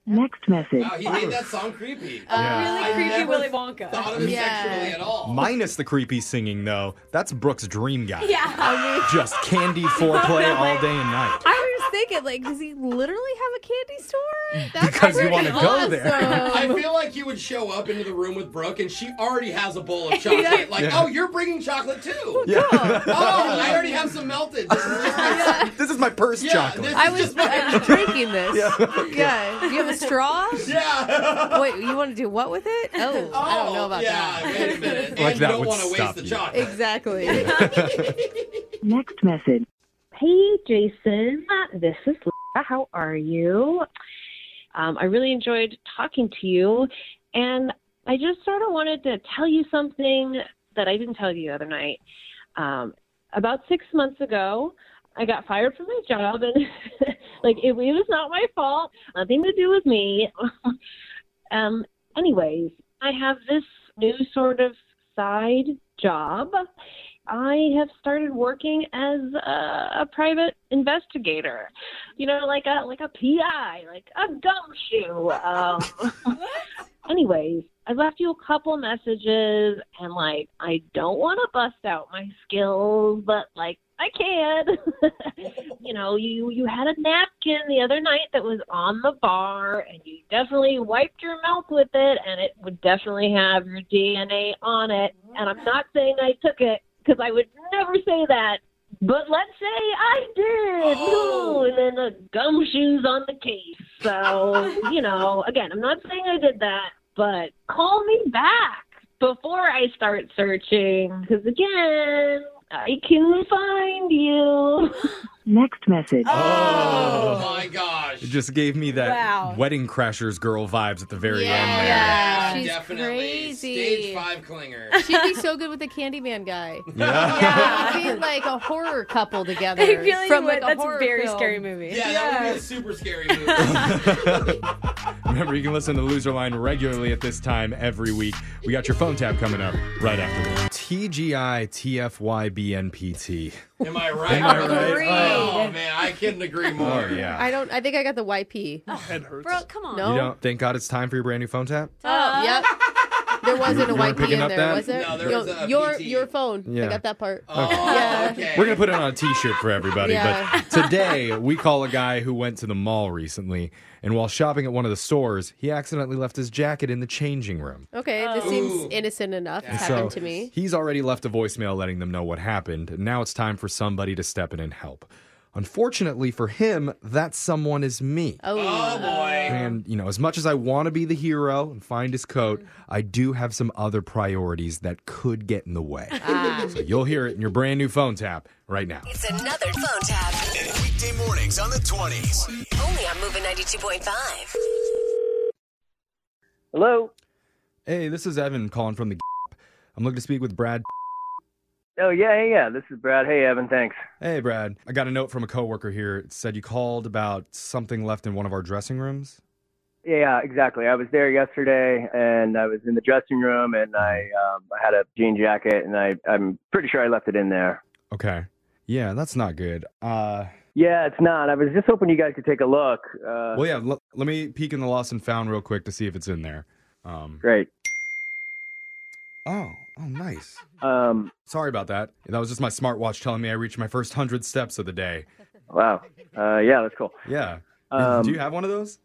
[SPEAKER 12] Next message.
[SPEAKER 5] Wow, Oh, he made that sound creepy.
[SPEAKER 3] Uh,
[SPEAKER 1] Yeah. really
[SPEAKER 5] I
[SPEAKER 4] creepy
[SPEAKER 5] never
[SPEAKER 4] Willy Wonka.
[SPEAKER 5] Thought of it
[SPEAKER 4] Yeah.
[SPEAKER 5] sexually at all.
[SPEAKER 1] Minus the creepy singing, though. That's Brooke's dream guy.
[SPEAKER 4] Yeah. I mean-
[SPEAKER 1] Just candy foreplay all day and night.
[SPEAKER 3] I was thinking, like, does he literally have a candy store? That's
[SPEAKER 1] Because you wanna
[SPEAKER 3] freaking
[SPEAKER 1] go there.
[SPEAKER 5] I feel like you would show up into the room with Brooke and she already has a bowl of chocolate.
[SPEAKER 1] Yeah.
[SPEAKER 5] Like,
[SPEAKER 1] Yeah.
[SPEAKER 5] oh, you're bringing chocolate too.
[SPEAKER 1] Yeah.
[SPEAKER 5] Oh, I already have some melted. This is just my
[SPEAKER 1] This is my purse
[SPEAKER 5] Yeah,
[SPEAKER 1] chocolate.
[SPEAKER 5] this-
[SPEAKER 3] I was, I was drinking this.
[SPEAKER 1] Yeah.
[SPEAKER 3] Yeah. Do you have a straw?
[SPEAKER 5] Yeah.
[SPEAKER 3] Wait, you want to do what with it? Oh, I don't know about
[SPEAKER 5] yeah,
[SPEAKER 3] that.
[SPEAKER 5] wait a minute.
[SPEAKER 1] Like that
[SPEAKER 5] and you don't
[SPEAKER 1] would
[SPEAKER 5] want to waste
[SPEAKER 1] stop
[SPEAKER 5] the
[SPEAKER 1] you.
[SPEAKER 5] chocolate.
[SPEAKER 3] Exactly.
[SPEAKER 12] Next message.
[SPEAKER 14] Hey, Jason. This is Laura. How are you? Um, I really enjoyed talking to you, and I just sort of wanted to tell you something that I didn't tell you the other night. Um, about six months ago, I got fired from my job, and like it, it was not my fault. Nothing to do with me. um, anyways, I have this new sort of side job. I have started working as a, a private investigator. You know, like a like a PI, like a gumshoe. Um, anyways, I left you a couple messages, and like, I don't want to bust out my skills, but like, I can. you know, you you had a napkin the other night that was on the bar, and you definitely wiped your mouth with it, and it would definitely have your DNA on it. And I'm not saying I took it because I would never say that, but let's say I did. Ooh, and then the gumshoes on the case. So you know, again, I'm not saying I did that, but call me back before I start searching, because again. I can find you.
[SPEAKER 15] Next message.
[SPEAKER 5] Oh, my gosh.
[SPEAKER 1] It just gave me that
[SPEAKER 3] Wow.
[SPEAKER 1] wedding crashers girl vibes at the very end there.
[SPEAKER 3] Yeah, she's
[SPEAKER 5] definitely.
[SPEAKER 3] crazy.
[SPEAKER 5] Stage five clinger.
[SPEAKER 3] She'd be so good with the Candyman guy.
[SPEAKER 1] Yeah.
[SPEAKER 3] They'd be like a horror couple together.
[SPEAKER 4] I feel like
[SPEAKER 3] from
[SPEAKER 4] you would.
[SPEAKER 3] like a
[SPEAKER 4] That's a
[SPEAKER 3] horror
[SPEAKER 4] very
[SPEAKER 3] film.
[SPEAKER 4] scary movie.
[SPEAKER 5] Yeah, that would be a super scary movie.
[SPEAKER 1] Remember, you can listen to Loser Line regularly at this time every week. We got your phone tab coming up right after this. TGI TFYBNPT.
[SPEAKER 5] Am I right?
[SPEAKER 1] Am I right?
[SPEAKER 5] Agreed. Oh, man, I couldn't agree more.
[SPEAKER 1] Oh, yeah.
[SPEAKER 3] I don't. I think I got the YP.
[SPEAKER 4] Oh,
[SPEAKER 7] head hurts.
[SPEAKER 3] Bro, come on.
[SPEAKER 1] You
[SPEAKER 3] No.
[SPEAKER 1] don't. Thank God it's time for your brand new phone tap.
[SPEAKER 3] Oh, yep. There wasn't a
[SPEAKER 1] You were
[SPEAKER 3] YP
[SPEAKER 1] picking
[SPEAKER 3] in
[SPEAKER 1] up
[SPEAKER 3] there,
[SPEAKER 1] that?
[SPEAKER 3] was there?
[SPEAKER 1] No, there
[SPEAKER 3] Yo,
[SPEAKER 1] was a
[SPEAKER 3] your your phone.
[SPEAKER 1] Yeah.
[SPEAKER 3] I got that part.
[SPEAKER 5] Oh,
[SPEAKER 1] We're gonna put it on a T-shirt for everybody.
[SPEAKER 3] Yeah.
[SPEAKER 1] But today we call a guy who went to the mall recently, and while shopping at one of the stores, he accidentally left his jacket in the changing room.
[SPEAKER 3] Okay,
[SPEAKER 5] Oh.
[SPEAKER 3] this seems innocent enough. It's
[SPEAKER 1] So,
[SPEAKER 3] happened to me.
[SPEAKER 1] He's already left a voicemail letting them know what happened, and now it's time for somebody to step in and help. Unfortunately for him, that someone is me.
[SPEAKER 3] Oh,
[SPEAKER 1] And, you know, as much as I want to be the hero and find his coat, I do have some other priorities that could get in the way.
[SPEAKER 8] Ah.
[SPEAKER 1] So you'll hear it in your brand new phone tap right now.
[SPEAKER 8] It's another phone tap. Weekday mornings on the 20s. Only on Moving 92.5.
[SPEAKER 1] Hello. Hey, this is Evan calling from the. I'm looking to speak with Brad.
[SPEAKER 16] Oh yeah, yeah, yeah. This is Brad. Hey, Evan. Thanks.
[SPEAKER 1] Hey, Brad. I got a note from a coworker here. It said you called about something left in one of our dressing rooms.
[SPEAKER 16] Yeah, exactly. I was there yesterday, and I was in the dressing room, and I um, I had a jean jacket, and I I'm pretty sure I left it in there.
[SPEAKER 1] Okay. Yeah, that's not good. Uh,
[SPEAKER 16] Yeah, it's not. I was just hoping you guys could take a look. Uh,
[SPEAKER 1] well, yeah. L- let me peek in the lost and found real quick to see if it's in there. Um,
[SPEAKER 16] Great.
[SPEAKER 1] Oh, oh, nice.
[SPEAKER 16] Um,
[SPEAKER 1] sorry about that. That was just my smartwatch telling me I reached my first hundred steps of the day.
[SPEAKER 16] Wow. Uh, yeah, that's cool.
[SPEAKER 1] Yeah.
[SPEAKER 16] Um,
[SPEAKER 1] Do you have one of those?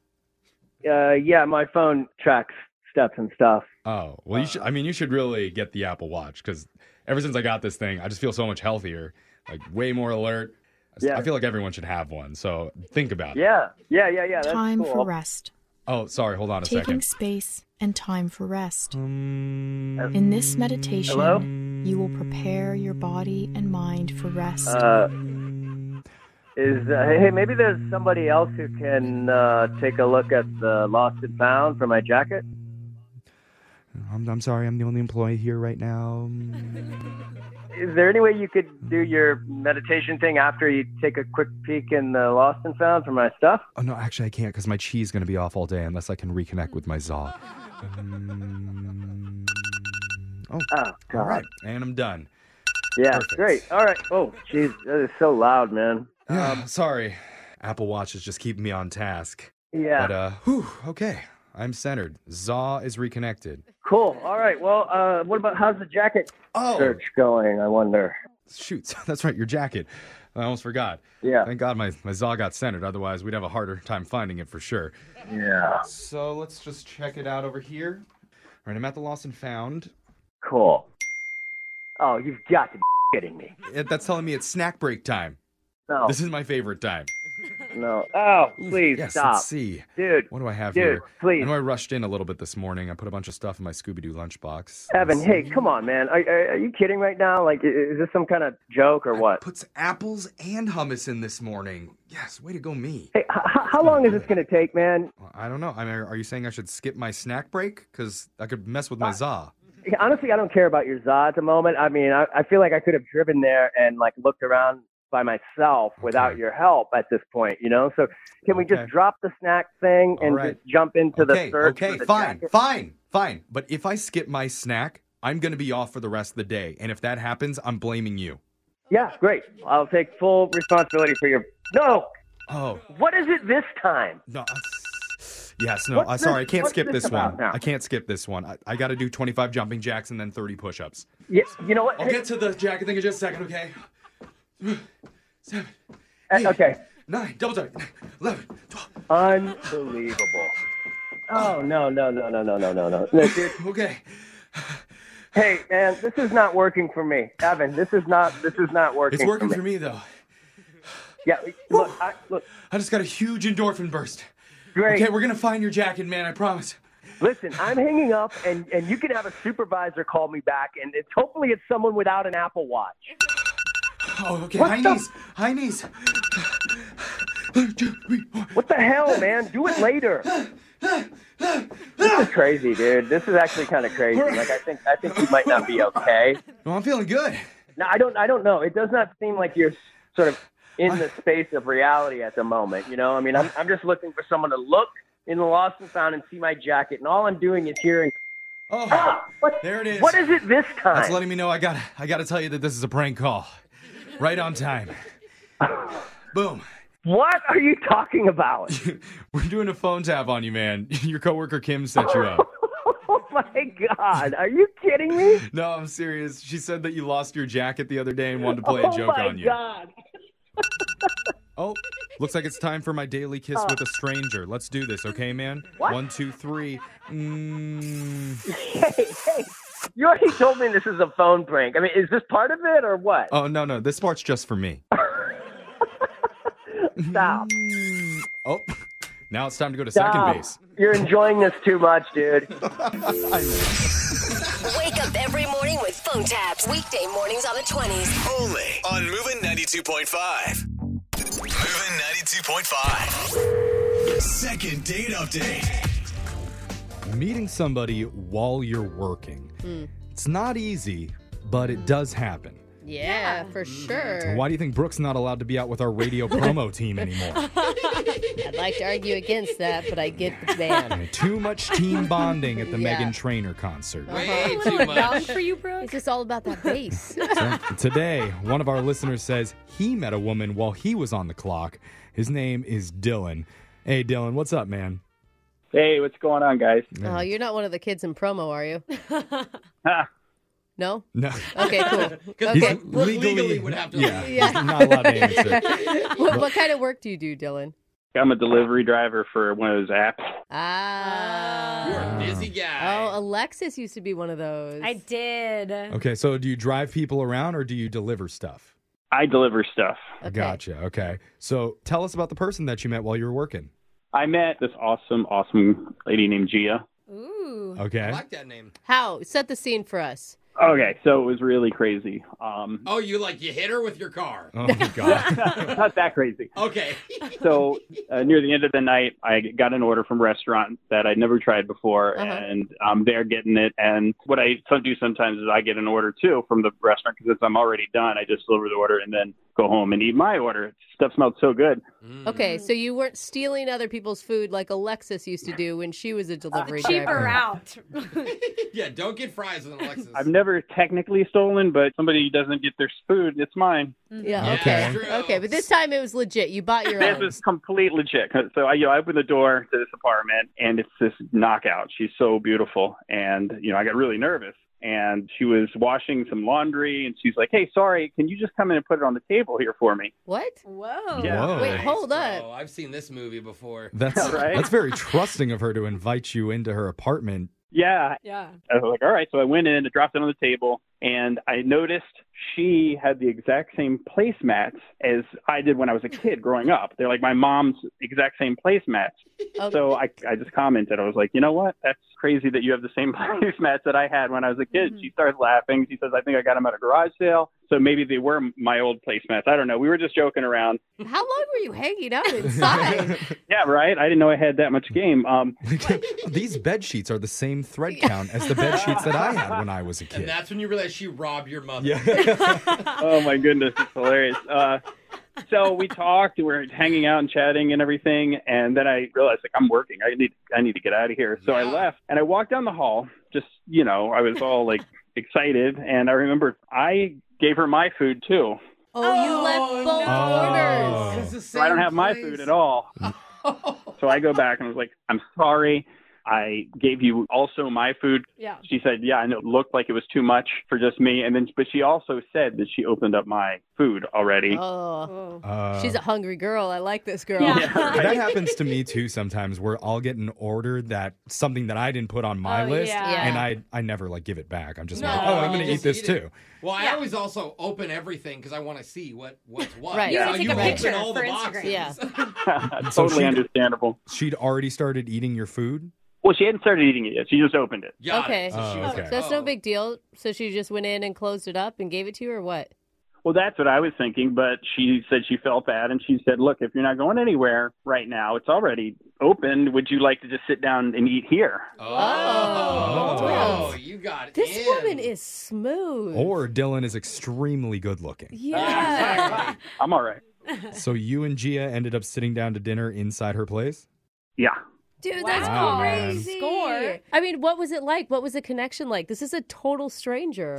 [SPEAKER 16] Uh, yeah, my phone tracks steps and stuff.
[SPEAKER 1] Oh, well, you should. I mean, you should really get the Apple Watch because ever since I got this thing, I just feel so much healthier, like way more alert.
[SPEAKER 16] Yeah.
[SPEAKER 1] I feel like everyone should have one. So think about it.
[SPEAKER 16] Yeah, yeah, yeah, yeah. That's
[SPEAKER 17] time
[SPEAKER 16] cool.
[SPEAKER 17] for rest.
[SPEAKER 1] Oh, sorry. Hold on a
[SPEAKER 17] Taking
[SPEAKER 1] second. Um,
[SPEAKER 17] space and time for rest. In this meditation,
[SPEAKER 1] Hello?
[SPEAKER 17] you will prepare your body and mind for rest.
[SPEAKER 16] Uh, is uh, hey, hey, maybe there's somebody else who can uh, take a look at the lost and found for my jacket.
[SPEAKER 1] I'm, I'm sorry. I'm the only employee here right now.
[SPEAKER 16] Is there any way you could do your meditation thing after you take a quick peek in the lost and found for my stuff?
[SPEAKER 1] Oh no, actually, I can't because my chi is going to be off all day unless I can reconnect with my za. Oh, all right, and I'm done.
[SPEAKER 16] Yeah,
[SPEAKER 1] Perfect.
[SPEAKER 16] great. All right. Oh, jeez, that is so loud, man.
[SPEAKER 1] Um, sorry, Apple Watch is just keeping me on task.
[SPEAKER 16] Yeah.
[SPEAKER 1] But uh, whew, okay, I'm centered. Za is reconnected.
[SPEAKER 16] Cool. All right. Well, uh, what about how's the jacket
[SPEAKER 1] Oh.
[SPEAKER 16] search going? I wonder.
[SPEAKER 1] Shoot, that's right, your jacket. I almost forgot.
[SPEAKER 16] Yeah.
[SPEAKER 1] Thank God my, my Za got centered. Otherwise, we'd have a harder time finding it for sure.
[SPEAKER 16] Yeah.
[SPEAKER 1] So let's just check it out over here. All right, I'm at the lost and found.
[SPEAKER 16] Cool. Oh, you've got to be kidding me.
[SPEAKER 1] It, that's telling me it's snack break time.
[SPEAKER 16] No.
[SPEAKER 1] This is my favorite time.
[SPEAKER 16] No. Oh,
[SPEAKER 1] Ooh,
[SPEAKER 16] please
[SPEAKER 1] yes,
[SPEAKER 16] stop.
[SPEAKER 1] Let's see.
[SPEAKER 16] Dude.
[SPEAKER 1] What do I have
[SPEAKER 16] dude,
[SPEAKER 1] here?
[SPEAKER 16] please.
[SPEAKER 1] I know I rushed in a little bit this morning. I put a bunch of stuff in my Scooby Doo lunchbox.
[SPEAKER 16] Evan,
[SPEAKER 1] Let's
[SPEAKER 16] hey,
[SPEAKER 1] see.
[SPEAKER 16] come on, man. Are, are, are you kidding right now? Like, i- is this some kind of joke or what?
[SPEAKER 1] Puts apples and hummus in this morning. Yes, way to go, me.
[SPEAKER 16] Hey, h- h- how long is this going to take, man?
[SPEAKER 1] I don't know. I mean, are you saying I should skip my snack break? Because I could mess with my za.
[SPEAKER 16] Yeah, Honestly, I don't care about your za at the moment. I mean, I, I feel like I could have driven there and like looked around by myself without your help at this point, you know? So, can we just drop the snack thing and
[SPEAKER 1] All right.
[SPEAKER 16] just jump into
[SPEAKER 1] Okay,
[SPEAKER 16] the search?
[SPEAKER 1] okay,
[SPEAKER 16] for the
[SPEAKER 1] fine,
[SPEAKER 16] jacket?
[SPEAKER 1] fine, fine. But if I skip my snack, I'm going to be off for the rest of the day. And if that happens, I'm blaming you.
[SPEAKER 16] Yeah, great. I'll take full responsibility for your. No!
[SPEAKER 1] Oh,
[SPEAKER 16] What is it this time?
[SPEAKER 1] no. Yes, no.
[SPEAKER 18] What's
[SPEAKER 1] I
[SPEAKER 18] this-
[SPEAKER 1] sorry, I can't
[SPEAKER 18] what's
[SPEAKER 1] skip
[SPEAKER 18] this
[SPEAKER 1] this, one.
[SPEAKER 18] about now?
[SPEAKER 1] I can't skip this one. I, I got to do 25 jumping jacks and then 30 push-ups.
[SPEAKER 18] Yeah, you know what?
[SPEAKER 1] I'll get to the jacket thing in just a second, okay? Seven,
[SPEAKER 16] Uh,
[SPEAKER 18] eight, okay.
[SPEAKER 1] Nine, double time.
[SPEAKER 16] Unbelievable. Oh no no no no no no no no. No, dude.
[SPEAKER 1] Okay.
[SPEAKER 16] Hey man, this is not working for me, Evan. This is not this is not working.
[SPEAKER 1] It's working for me though.
[SPEAKER 16] Yeah, look, I, look.
[SPEAKER 1] I just got a huge endorphin burst.
[SPEAKER 16] Great.
[SPEAKER 1] Okay, we're gonna find your jacket, man. I promise.
[SPEAKER 16] Listen, I'm hanging up, and and you can have a supervisor call me back, and it's hopefully it's someone without an Apple Watch.
[SPEAKER 1] Oh, okay.
[SPEAKER 16] What
[SPEAKER 1] high
[SPEAKER 16] the-
[SPEAKER 1] knees. High knees.
[SPEAKER 16] What the hell, man? Do it later. This is crazy, dude. This is actually kind of crazy. Like I think I think you might not be okay.
[SPEAKER 1] No, I'm feeling good.
[SPEAKER 16] No, I don't. I don't know. It does not seem like you're sort of in the space of reality at the moment. You know, I mean, I'm I'm just looking for someone to look in the lost and found and see my jacket, and all I'm doing is hearing. "Ah,
[SPEAKER 1] Oh, there it is.
[SPEAKER 16] What is it this time?
[SPEAKER 1] That's letting me know I got. to I got to tell you that this is a prank call. Right on time. Boom.
[SPEAKER 16] What are you talking about?
[SPEAKER 1] We're doing a phone tap on you, man. Your coworker Kim set you up.
[SPEAKER 16] oh my God! Are you kidding me?
[SPEAKER 1] No, I'm serious. She said that you lost your jacket the other day and wanted to play a
[SPEAKER 16] oh
[SPEAKER 1] joke
[SPEAKER 16] my
[SPEAKER 1] on you.
[SPEAKER 16] God.
[SPEAKER 1] Oh, looks like it's time for my daily kiss
[SPEAKER 16] Oh.
[SPEAKER 1] with a stranger. Let's do this, okay, man?
[SPEAKER 16] What?
[SPEAKER 1] One, two, three. Mm.
[SPEAKER 16] Hey, hey! You already told me this is a phone prank. I mean, is this part of it or what?
[SPEAKER 1] Oh no, no, this part's just for me.
[SPEAKER 16] Stop.
[SPEAKER 11] Mm.
[SPEAKER 1] Oh, now it's time to go to
[SPEAKER 16] Stop.
[SPEAKER 1] second base.
[SPEAKER 16] You're enjoying this too much, dude.
[SPEAKER 8] Wake up every morning with phone taps. Weekday mornings on the 20s. Only.
[SPEAKER 19] On Moving 92.5. Moving 92.5. Second date update.
[SPEAKER 1] Meeting somebody while you're working.
[SPEAKER 3] Mm.
[SPEAKER 1] It's not easy, but it does happen.
[SPEAKER 3] Yeah, for
[SPEAKER 1] Mm-hmm.
[SPEAKER 3] sure.
[SPEAKER 1] Why do you think Brooke's not allowed to be out with our radio promo team anymore?
[SPEAKER 3] I'd like to argue against that, but I get the ban.
[SPEAKER 1] I mean, too much team bonding at the
[SPEAKER 3] Yeah.
[SPEAKER 1] Megan Trainer concert.
[SPEAKER 3] Way
[SPEAKER 20] too much.
[SPEAKER 3] Down for you, bro. It's just all about that bass.
[SPEAKER 1] So, today, one of our listeners says he met a woman while he was on the clock. His name is Dylan. Hey, Dylan, what's up, man?
[SPEAKER 21] Hey, what's going on, guys?
[SPEAKER 3] oh, you're not one of the kids in promo, are you? no.
[SPEAKER 1] No.
[SPEAKER 3] Okay, cool.
[SPEAKER 1] He's
[SPEAKER 3] Okay.
[SPEAKER 1] legally, would have to. Yeah,
[SPEAKER 3] Yeah.
[SPEAKER 1] he's not allowed to answer.
[SPEAKER 3] what, what kind of work do you do, Dylan?
[SPEAKER 21] I'm a delivery driver for one of those apps.
[SPEAKER 3] Ah. You're a busy guy. Oh, Alexis used to be one of those. I did.
[SPEAKER 1] Okay, so do you drive people around or do you deliver stuff?
[SPEAKER 21] I deliver stuff.
[SPEAKER 1] Gotcha. Okay. So tell us about the person that you met while you were working.
[SPEAKER 21] I met this awesome, awesome lady named Gia.
[SPEAKER 3] Ooh.
[SPEAKER 1] Okay. I
[SPEAKER 3] like that name. How? Set the scene for us.
[SPEAKER 21] Okay, so it was really crazy. Um,
[SPEAKER 5] Oh, you like you hit her with your car.
[SPEAKER 1] Oh my god,
[SPEAKER 21] not that crazy.
[SPEAKER 5] Okay.
[SPEAKER 21] So uh, near the end of the night, I got an order from a restaurant that I'd never tried before,
[SPEAKER 3] Uh-huh.
[SPEAKER 21] and I'm there getting it. And what I some do sometimes is I get an order too from the restaurant because I'm already done. I just deliver the order and then go home and eat my order. Stuff smelled so good.
[SPEAKER 3] Okay, so you weren't stealing other people's food like Alexis used to do when she was a delivery driver.
[SPEAKER 20] Uh, cheaper out.
[SPEAKER 5] yeah, don't get fries with an Alexa.
[SPEAKER 21] I've never technically stolen, but somebody doesn't get their food, it's mine.
[SPEAKER 20] Mm-hmm.
[SPEAKER 3] Yeah.
[SPEAKER 1] Okay.
[SPEAKER 3] Okay. but this time it was legit. You bought your
[SPEAKER 21] This
[SPEAKER 3] own.
[SPEAKER 21] is complete legit. So I, you know, I open the door to this apartment, and it's this knockout. She's so beautiful, and you know, I got really nervous. And she was washing some laundry, and she's like, "Hey, sorry, can you just come in and put it on the table here for me?"
[SPEAKER 3] What?
[SPEAKER 20] Whoa.
[SPEAKER 21] Yeah. Whoa.
[SPEAKER 3] Wait, hold up.
[SPEAKER 5] Oh, I've seen this movie before.
[SPEAKER 1] That's that's very trusting of her to invite you into her apartment.
[SPEAKER 21] Yeah.
[SPEAKER 20] Yeah.
[SPEAKER 21] I was like, "All right." So I went in and dropped it on the table, and I noticed she had the exact same placemats as I did when I was a kid growing up. They're like my mom's exact same placemats. So I, I just commented. I was like, you know what? That's crazy that you have the same placemats that I had when I was a kid. She starts laughing. She says, I think I got them at a garage sale. So maybe they were my old placemats. I don't know. We were just joking around.
[SPEAKER 3] How long were you hanging out inside?
[SPEAKER 21] Yeah, right. I didn't know I had that much game. Um,
[SPEAKER 1] These bed sheets are the same thread count as the bed sheets that I had when I was a
[SPEAKER 5] And
[SPEAKER 1] kid.
[SPEAKER 5] that's when you realize she robbed your mother.
[SPEAKER 21] oh my goodness, it's hilarious. Uh, so we talked, we were hanging out and chatting and everything, and then I realized like I'm working. I need I need to get out of here. So I left and I walked down the hall. Just you know, I was all like excited, and I remember I gave her my food too.
[SPEAKER 3] Oh, you left both
[SPEAKER 21] no.
[SPEAKER 3] orders.
[SPEAKER 21] So I don't have my food at all. So I go back and I was like, I'm sorry. I gave you also my food.
[SPEAKER 4] Yeah.
[SPEAKER 21] She said, Yeah, I know it looked like it was too much for just me. And then, but she also said that she opened up my food already.
[SPEAKER 3] Oh.
[SPEAKER 1] Uh,
[SPEAKER 3] She's a hungry girl. I like this girl.
[SPEAKER 1] that happens to me too sometimes where I'll get an order that something that I didn't put on my
[SPEAKER 3] Oh,
[SPEAKER 1] list
[SPEAKER 3] yeah.
[SPEAKER 1] and I I never like give it back. I'm just
[SPEAKER 5] No,
[SPEAKER 1] like, oh, I'm
[SPEAKER 5] you
[SPEAKER 1] going to eat
[SPEAKER 5] just
[SPEAKER 1] this
[SPEAKER 5] eat it.
[SPEAKER 1] too.
[SPEAKER 5] Well, I always also open everything because I want to see what what's what.
[SPEAKER 3] Right.
[SPEAKER 5] So
[SPEAKER 3] You can take a
[SPEAKER 5] open
[SPEAKER 3] picture
[SPEAKER 5] all the
[SPEAKER 3] for
[SPEAKER 5] boxes.
[SPEAKER 3] Instagram. Yeah.
[SPEAKER 21] totally
[SPEAKER 1] she'd-
[SPEAKER 21] understandable.
[SPEAKER 1] She'd already started eating your food?
[SPEAKER 21] Well, she hadn't started eating it yet. She just opened it.
[SPEAKER 3] okay.
[SPEAKER 1] Oh, okay.
[SPEAKER 3] So that's no big deal. So she just went in and closed it up and gave it to you, or what?
[SPEAKER 21] Well, that's what I was thinking, but she said she felt bad and she said, Look, if you're not going anywhere right now, it's already open. Would you like to just sit down and eat here?
[SPEAKER 1] Oh.
[SPEAKER 5] Oh,
[SPEAKER 3] Oh.
[SPEAKER 5] you got it.
[SPEAKER 3] This woman is smooth.
[SPEAKER 1] Or Dylan is extremely good looking.
[SPEAKER 3] yeah.
[SPEAKER 21] I'm all right.
[SPEAKER 1] So you and Gia ended up sitting down to dinner inside her place?
[SPEAKER 21] Yeah.
[SPEAKER 3] Dude, that's
[SPEAKER 1] Wow, man.
[SPEAKER 3] crazy. Score. I mean, what was it like? What was the connection like? This is a total stranger.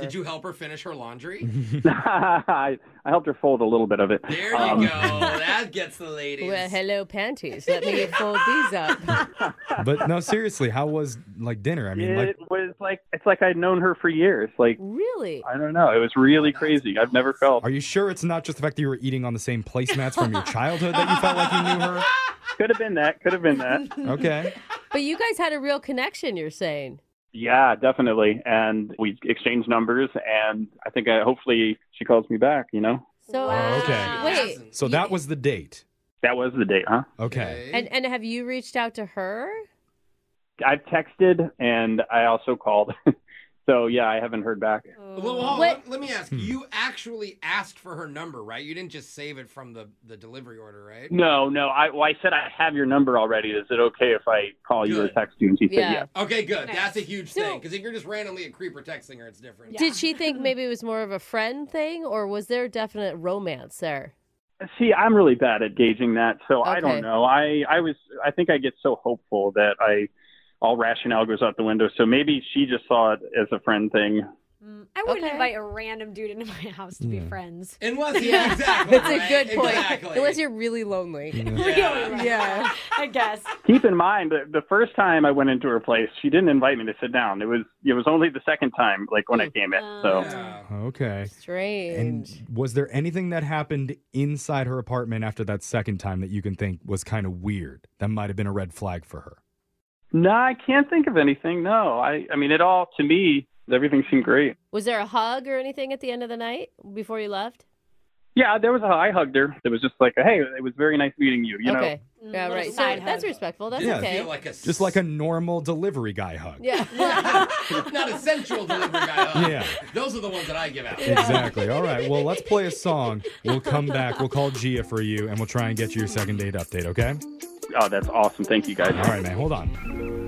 [SPEAKER 5] Did you help her finish her laundry?
[SPEAKER 1] Mm-hmm.
[SPEAKER 21] I, I helped her fold a little bit of it. Um,
[SPEAKER 5] There you go. That gets the ladies.
[SPEAKER 3] Well, hello, panties. Let me fold these up.
[SPEAKER 1] But no, seriously, how was like dinner? I mean, like
[SPEAKER 21] it was like it's like I'd known her for years. Like
[SPEAKER 3] Really?
[SPEAKER 21] I don't know. It was really crazy. I've never felt.
[SPEAKER 1] Are you sure it's not just the fact that you were eating on the same placemats from your childhood that you felt like you knew her?
[SPEAKER 21] Could have been that. Could have been that.
[SPEAKER 1] Okay.
[SPEAKER 3] But you guys had a real connection, you're saying.
[SPEAKER 21] Yeah, definitely. And we exchanged numbers, and I think I, hopefully she calls me back. You know.
[SPEAKER 3] So uh,
[SPEAKER 1] okay.
[SPEAKER 3] wait,
[SPEAKER 1] So that was the date.
[SPEAKER 21] That was the date, huh?
[SPEAKER 1] Okay.
[SPEAKER 3] and and have you reached out to her?
[SPEAKER 21] I've texted and I also called. so yeah, I haven't heard back.
[SPEAKER 5] Well, hold on. let, let me ask.
[SPEAKER 1] Hmm.
[SPEAKER 5] You actually asked for her number, right? You didn't just save it from the, the delivery order, right?
[SPEAKER 21] No, no. I well, I said I have your number already. Is it okay if I call you or text you? And she said yes.
[SPEAKER 5] Okay, good. That's a huge thing because if you're just randomly a creeper texting her, it's different.
[SPEAKER 3] Did she think maybe it was more of a friend thing, or was there definite romance there?
[SPEAKER 21] See, I'm really bad at gauging that, so I
[SPEAKER 3] Okay.
[SPEAKER 21] don't know. I I was I think I get so hopeful that I all rationale goes out the window. So maybe she just saw it as a friend thing.
[SPEAKER 4] I wouldn't invite a random dude into my house to
[SPEAKER 1] Hmm.
[SPEAKER 4] be friends.
[SPEAKER 5] Unless,
[SPEAKER 3] yeah,
[SPEAKER 5] exactly.
[SPEAKER 3] That's a good point.
[SPEAKER 5] Exactly.
[SPEAKER 3] Unless you're really lonely.
[SPEAKER 4] Yeah.
[SPEAKER 3] Yeah.
[SPEAKER 4] I guess.
[SPEAKER 21] Keep in mind that the first time I went into her place, she didn't invite me to sit down. It was it was only the second time, like when I came in. So
[SPEAKER 1] Okay.
[SPEAKER 3] Strange.
[SPEAKER 1] And was there anything that happened inside her apartment after that second time that you can think was kind of weird? That might have been a red flag for her.
[SPEAKER 21] no, I can't think of anything. No, I I mean it all to me. Everything seemed great.
[SPEAKER 3] Was there a hug or anything at the end of the night before you left?
[SPEAKER 21] Yeah, there was a I hugged her. It was just like, hey, it was very nice meeting you. You know.
[SPEAKER 3] okay. Yeah, right. So
[SPEAKER 4] side
[SPEAKER 3] that's respectful. That's
[SPEAKER 1] Yeah.
[SPEAKER 3] okay.
[SPEAKER 1] Feel Just like a normal delivery guy hug.
[SPEAKER 3] yeah.
[SPEAKER 5] not a sensual delivery guy. huh?
[SPEAKER 1] Yeah.
[SPEAKER 5] Those are the ones that I give out.
[SPEAKER 1] Exactly. All right. Well, let's play a song. We'll come back. We'll call Gia for you, and we'll try and get you your second date update. Okay?
[SPEAKER 21] Oh, that's awesome. Thank you guys.
[SPEAKER 1] All right, man. Hold on.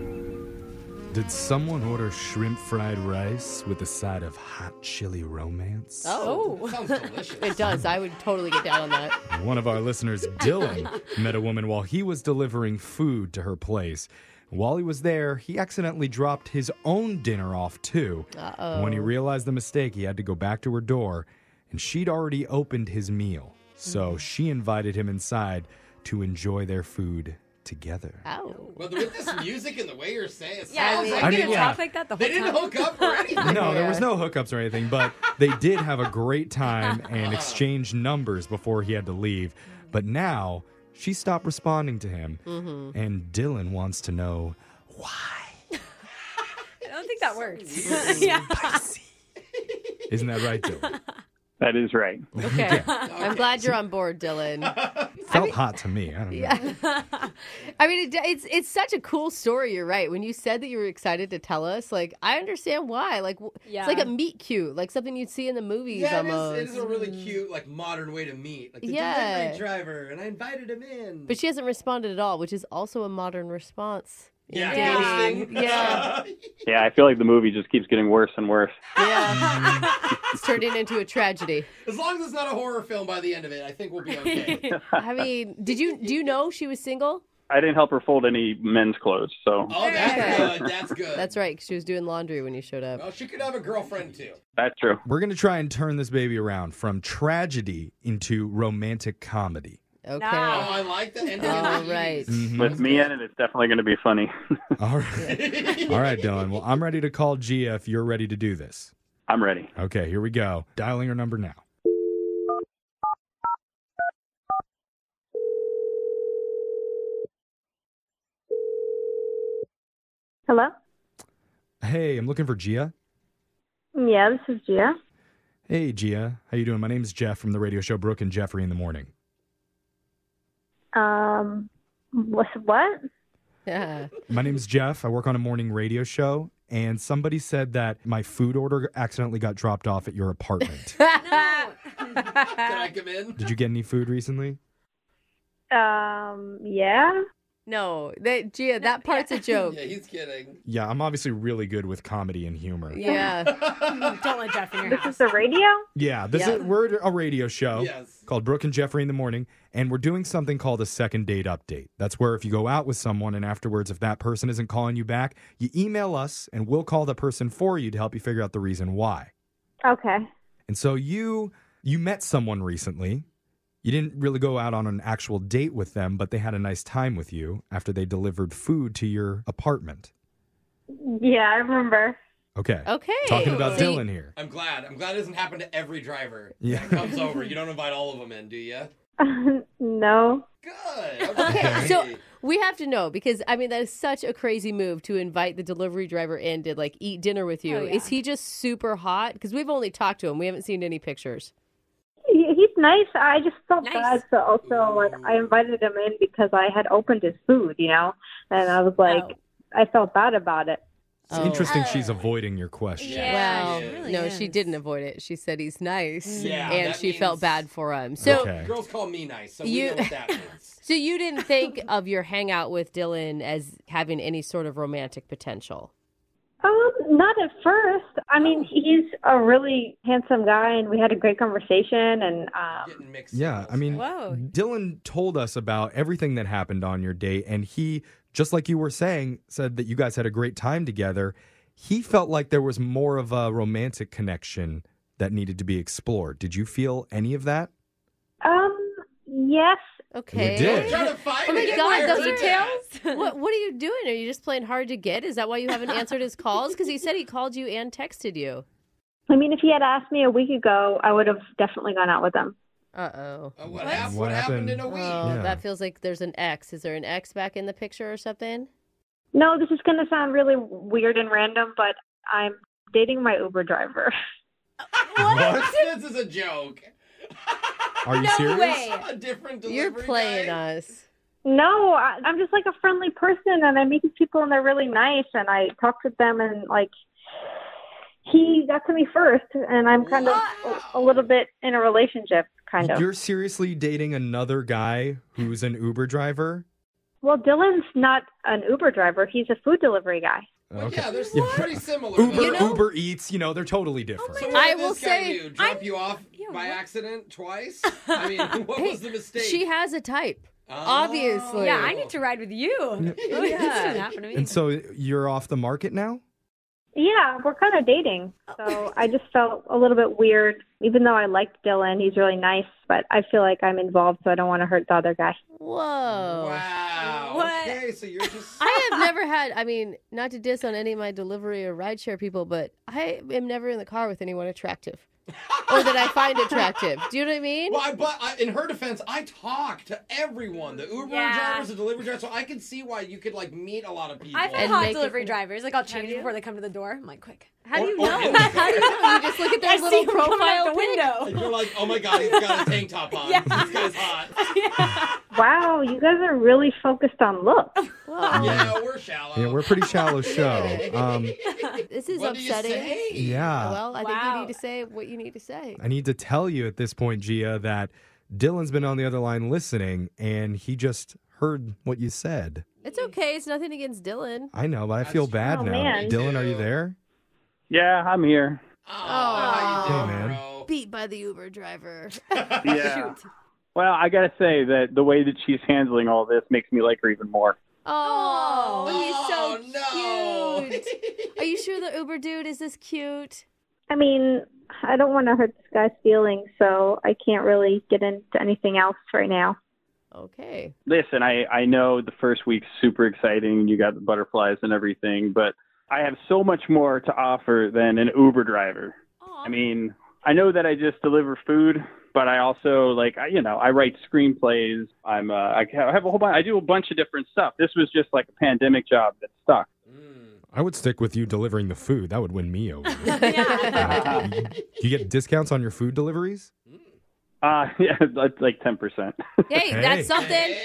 [SPEAKER 1] Did someone order shrimp fried rice with a side of hot chili romance?
[SPEAKER 3] Oh.
[SPEAKER 5] sounds delicious.
[SPEAKER 3] It does. I would totally get down on that.
[SPEAKER 1] One of our listeners, Dylan, met a woman while he was delivering food to her place. While he was there, he accidentally dropped his own dinner off too.
[SPEAKER 3] Uh-oh.
[SPEAKER 1] When he realized the mistake, he had to go back to her door, and she'd already opened his meal.
[SPEAKER 3] Mm-hmm.
[SPEAKER 1] So she invited him inside to enjoy their food together.
[SPEAKER 3] Ow.
[SPEAKER 5] But with this music and the way you're saying it,
[SPEAKER 4] Oh. Yeah,
[SPEAKER 5] sounds
[SPEAKER 4] was
[SPEAKER 5] like
[SPEAKER 4] I
[SPEAKER 1] mean,
[SPEAKER 4] gonna
[SPEAKER 1] yeah.
[SPEAKER 4] talk like that the whole
[SPEAKER 5] they didn't
[SPEAKER 4] time?
[SPEAKER 5] hook up or anything.
[SPEAKER 1] No, there was no hookups or anything, but they did have a great time and exchanged numbers before he had to leave. But now she stopped responding to him,
[SPEAKER 3] Mm.
[SPEAKER 4] Mhm.
[SPEAKER 1] and Dylan wants to know
[SPEAKER 4] I don't think that works.
[SPEAKER 1] weird.
[SPEAKER 4] yeah.
[SPEAKER 1] Isn't that right, Dylan?
[SPEAKER 21] That is right.
[SPEAKER 3] Okay. I'm glad you're on board, Dylan.
[SPEAKER 1] Felt hot to me. I don't know.
[SPEAKER 3] Yeah. I mean, it, it's it's such a cool story. You're right. When you said that you were excited to tell us, like, I understand why. Like, w-
[SPEAKER 4] Yeah.
[SPEAKER 3] it's like a meet cute, like something you'd see in the movies
[SPEAKER 5] Yeah, it is,
[SPEAKER 3] almost.
[SPEAKER 5] it is a really cute, like modern way to meet. Like the
[SPEAKER 3] Yeah.
[SPEAKER 5] delivery driver, and I invited him in.
[SPEAKER 3] But she hasn't responded at all, which is also a modern response.
[SPEAKER 5] Yeah,
[SPEAKER 3] Indeed.
[SPEAKER 5] ghosting.
[SPEAKER 3] Yeah.
[SPEAKER 21] Yeah, I feel like the movie just keeps getting worse and worse.
[SPEAKER 3] It's turning into a tragedy.
[SPEAKER 5] As long as it's not a horror film by the end of it, I think we'll be okay.
[SPEAKER 3] I mean, did you do you know she was single?
[SPEAKER 21] I didn't help her fold any men's clothes, so
[SPEAKER 5] Oh, that's good. That's good.
[SPEAKER 3] That's right. 'cause She was doing laundry when you showed up.
[SPEAKER 5] Well, she could have a girlfriend too.
[SPEAKER 21] that's true.
[SPEAKER 1] We're going to try and turn this baby around from tragedy into romantic comedy.
[SPEAKER 3] Okay.
[SPEAKER 5] Oh, I like that. And
[SPEAKER 3] All right.
[SPEAKER 1] Mm-hmm.
[SPEAKER 21] With me in it, it's definitely going to be funny.
[SPEAKER 1] All right. All right, Dylan. Well, I'm ready to call Gia if you're ready to do this.
[SPEAKER 21] I'm ready.
[SPEAKER 1] Okay, here we go. Dialing her number now.
[SPEAKER 22] Hello?
[SPEAKER 1] Hey, I'm looking for Gia.
[SPEAKER 22] Yeah, this is Gia.
[SPEAKER 1] Hey, Gia. How you doing? My name's Jeff from the radio show Brooke and Jeffrey in the Morning.
[SPEAKER 22] Um, what? what?
[SPEAKER 3] Yeah.
[SPEAKER 1] My name's Jeff. I work on a morning radio show, and somebody said that my food order accidentally got dropped off at your apartment.
[SPEAKER 5] Can I come in?
[SPEAKER 1] Did you get any food recently?
[SPEAKER 22] Um, yeah.
[SPEAKER 3] No, that Gia, that part's a joke.
[SPEAKER 5] Yeah, he's kidding.
[SPEAKER 1] Yeah, I'm obviously really good with comedy and humor.
[SPEAKER 3] Yeah.
[SPEAKER 4] Don't let Jeff in your
[SPEAKER 22] This is the radio?
[SPEAKER 1] Yeah, this
[SPEAKER 22] Yeah.
[SPEAKER 1] is we're a radio show
[SPEAKER 22] Yes.
[SPEAKER 1] called Brooke and Jeffrey in the Morning, and we're doing something called a second date update. That's where if you go out with someone and afterwards, if that person isn't calling you back, you email us and we'll call the person for you to help you figure out the reason why.
[SPEAKER 22] Okay.
[SPEAKER 1] And so you you met someone recently. You didn't really go out on an actual date with them, but they had a nice time with you after they delivered food to your apartment.
[SPEAKER 22] Yeah, I remember.
[SPEAKER 1] Okay.
[SPEAKER 5] Oh.
[SPEAKER 3] Okay.
[SPEAKER 1] Talking about Dylan here.
[SPEAKER 5] I'm glad. I'm glad it doesn't happen to every driver
[SPEAKER 1] Yeah.
[SPEAKER 5] that comes over. You don't invite all of them in, do you?
[SPEAKER 22] no.
[SPEAKER 3] Okay, so we have to know because I mean that is such a crazy move to invite the delivery driver in to like eat dinner with you.
[SPEAKER 22] Oh, yeah.
[SPEAKER 3] Is he just super hot? Because we've only talked to him, we haven't seen any pictures.
[SPEAKER 22] He- He's nice. I just felt bad. So also, like, I invited him in because I had opened his food, you know, and I was like, I felt bad about it.
[SPEAKER 1] It's interesting she's avoiding your question.
[SPEAKER 3] well, no, she didn't avoid it. She said he's nice,
[SPEAKER 5] Yeah,
[SPEAKER 3] and
[SPEAKER 5] that
[SPEAKER 3] she felt
[SPEAKER 5] means-
[SPEAKER 3] bad for him. So,
[SPEAKER 5] girls call me nice, so we
[SPEAKER 3] You-
[SPEAKER 5] know what that means.
[SPEAKER 3] so you didn't think of your hangout with Dylan as having any sort of romantic potential.
[SPEAKER 22] Um, not at first. I mean, he's a really handsome guy, and we had a great conversation. And um,
[SPEAKER 1] Yeah, I mean,
[SPEAKER 22] Whoa.
[SPEAKER 1] Dylan told us about everything that happened on your date, and he, just like you were saying, said that you guys had a great time together. He felt like there was more of a romantic connection that needed to be explored. Did you feel any of that?
[SPEAKER 22] um, yes.
[SPEAKER 3] Okay.
[SPEAKER 1] did.
[SPEAKER 5] Trying to find
[SPEAKER 3] oh my
[SPEAKER 5] it. Get
[SPEAKER 3] God,
[SPEAKER 5] more
[SPEAKER 3] those
[SPEAKER 5] details.
[SPEAKER 3] are what? What are you doing? Are you just playing hard to get? Is that why you haven't answered his calls? Because he said he called you and texted you.
[SPEAKER 22] I mean, if he had asked me a week ago, I would have definitely gone out with him.
[SPEAKER 3] Uh oh.
[SPEAKER 5] What,
[SPEAKER 1] hap- what happened? happened in a week?
[SPEAKER 3] Oh,
[SPEAKER 1] Yeah.
[SPEAKER 3] that feels like there's an X. Is there an X back in the picture or something?
[SPEAKER 22] No, this is going to sound really weird and random, but I'm dating my Uber driver.
[SPEAKER 5] this is a joke.
[SPEAKER 1] Are you serious?
[SPEAKER 5] A different delivery
[SPEAKER 3] You're playing us.
[SPEAKER 22] No, I, I'm just like a friendly person, and I meet these people, and they're really nice, and I talk to them, and like he got to me first, and I'm kind of a, a little bit in a relationship, kind of.
[SPEAKER 1] You're seriously dating another guy who's an Uber driver?
[SPEAKER 22] Well, Dylan's not an Uber driver; he's a food delivery guy.
[SPEAKER 1] okay.
[SPEAKER 5] Yeah, they're pretty similar.
[SPEAKER 1] Uber, Uber Eats, you know, they're totally different.
[SPEAKER 5] So what
[SPEAKER 3] I
[SPEAKER 5] did
[SPEAKER 3] will
[SPEAKER 5] this guy
[SPEAKER 3] say-
[SPEAKER 5] do? drop you off by accident twice. I mean, what
[SPEAKER 3] Hey,
[SPEAKER 5] was the mistake?
[SPEAKER 3] She has a type.
[SPEAKER 5] Um,
[SPEAKER 3] Obviously.
[SPEAKER 4] Oh. Yeah, I need to ride with you. Oh,
[SPEAKER 3] Yeah.
[SPEAKER 4] This doesn't happen to me.
[SPEAKER 1] and so you're off the market now?
[SPEAKER 22] Yeah, we're kind of dating, so I just felt a little bit weird, even though I liked Dylan; he's really nice, but I feel like I'm involved, so I don't want to hurt the other guy.
[SPEAKER 3] Whoa.
[SPEAKER 5] Wow.
[SPEAKER 3] What?
[SPEAKER 5] Okay, so you're just.
[SPEAKER 3] I have never had, I mean, not to diss on any of my delivery or rideshare people, but I am never in the car with anyone attractive or that I find attractive. Do you know what I mean?
[SPEAKER 5] Well, I, but I, in her defense, I talk to everyone, the Uber
[SPEAKER 4] Yeah.
[SPEAKER 5] drivers, the delivery drivers, so I can see why you could like meet a lot of people.
[SPEAKER 4] I've had hot delivery drivers. Like, I'll change before they come to the door. I'm like, quick.
[SPEAKER 3] How
[SPEAKER 5] do you
[SPEAKER 4] know? How do you know? You just look at
[SPEAKER 3] their little profile
[SPEAKER 4] the window.
[SPEAKER 5] You're like, oh my god, he's got a tank top on. This guy's hot.
[SPEAKER 22] Wow, you guys are really focused on looks.
[SPEAKER 5] Yeah, we're shallow.
[SPEAKER 1] Yeah, we're a pretty shallow show. Um,
[SPEAKER 3] this is
[SPEAKER 5] What do you
[SPEAKER 3] upsetting.
[SPEAKER 5] say?
[SPEAKER 1] Yeah.
[SPEAKER 3] Well, I think you need to say what you need to say.
[SPEAKER 1] I need to tell you at this point, Gia, that Dylan's been on the other line listening and he just heard what you said.
[SPEAKER 3] It's okay. It's nothing against Dylan.
[SPEAKER 1] I know, but I feel bad
[SPEAKER 3] Oh,
[SPEAKER 1] now.
[SPEAKER 3] man.
[SPEAKER 1] Dylan, are you there?
[SPEAKER 21] Yeah, I'm here.
[SPEAKER 3] Oh,
[SPEAKER 1] Hey, man.
[SPEAKER 3] beat by the Uber driver.
[SPEAKER 21] Yeah. Well, I gotta say that the way that she's handling all this makes me like her even more.
[SPEAKER 3] Oh, he's so
[SPEAKER 5] Oh,
[SPEAKER 3] cute. Are you sure the Uber dude is this cute?
[SPEAKER 22] I mean, I don't want to hurt this guy's feelings, so I can't really get into anything else right now.
[SPEAKER 3] Okay.
[SPEAKER 21] Listen, I, I know the first week's super exciting. You got the butterflies and everything, but I have so much more to offer than an Uber driver. I mean, I know that I just deliver food, but I also like, I, you know, I write screenplays. I'm, uh, I ca- I have a whole bunch, I do a bunch of different stuff. This was just like a pandemic job that stuck.
[SPEAKER 1] I would stick with you delivering the food. That would win me over. Um, Do you get discounts on your food deliveries?
[SPEAKER 21] Uh, yeah, that's like 10%.
[SPEAKER 3] Hey,
[SPEAKER 21] Hey.
[SPEAKER 3] that's something.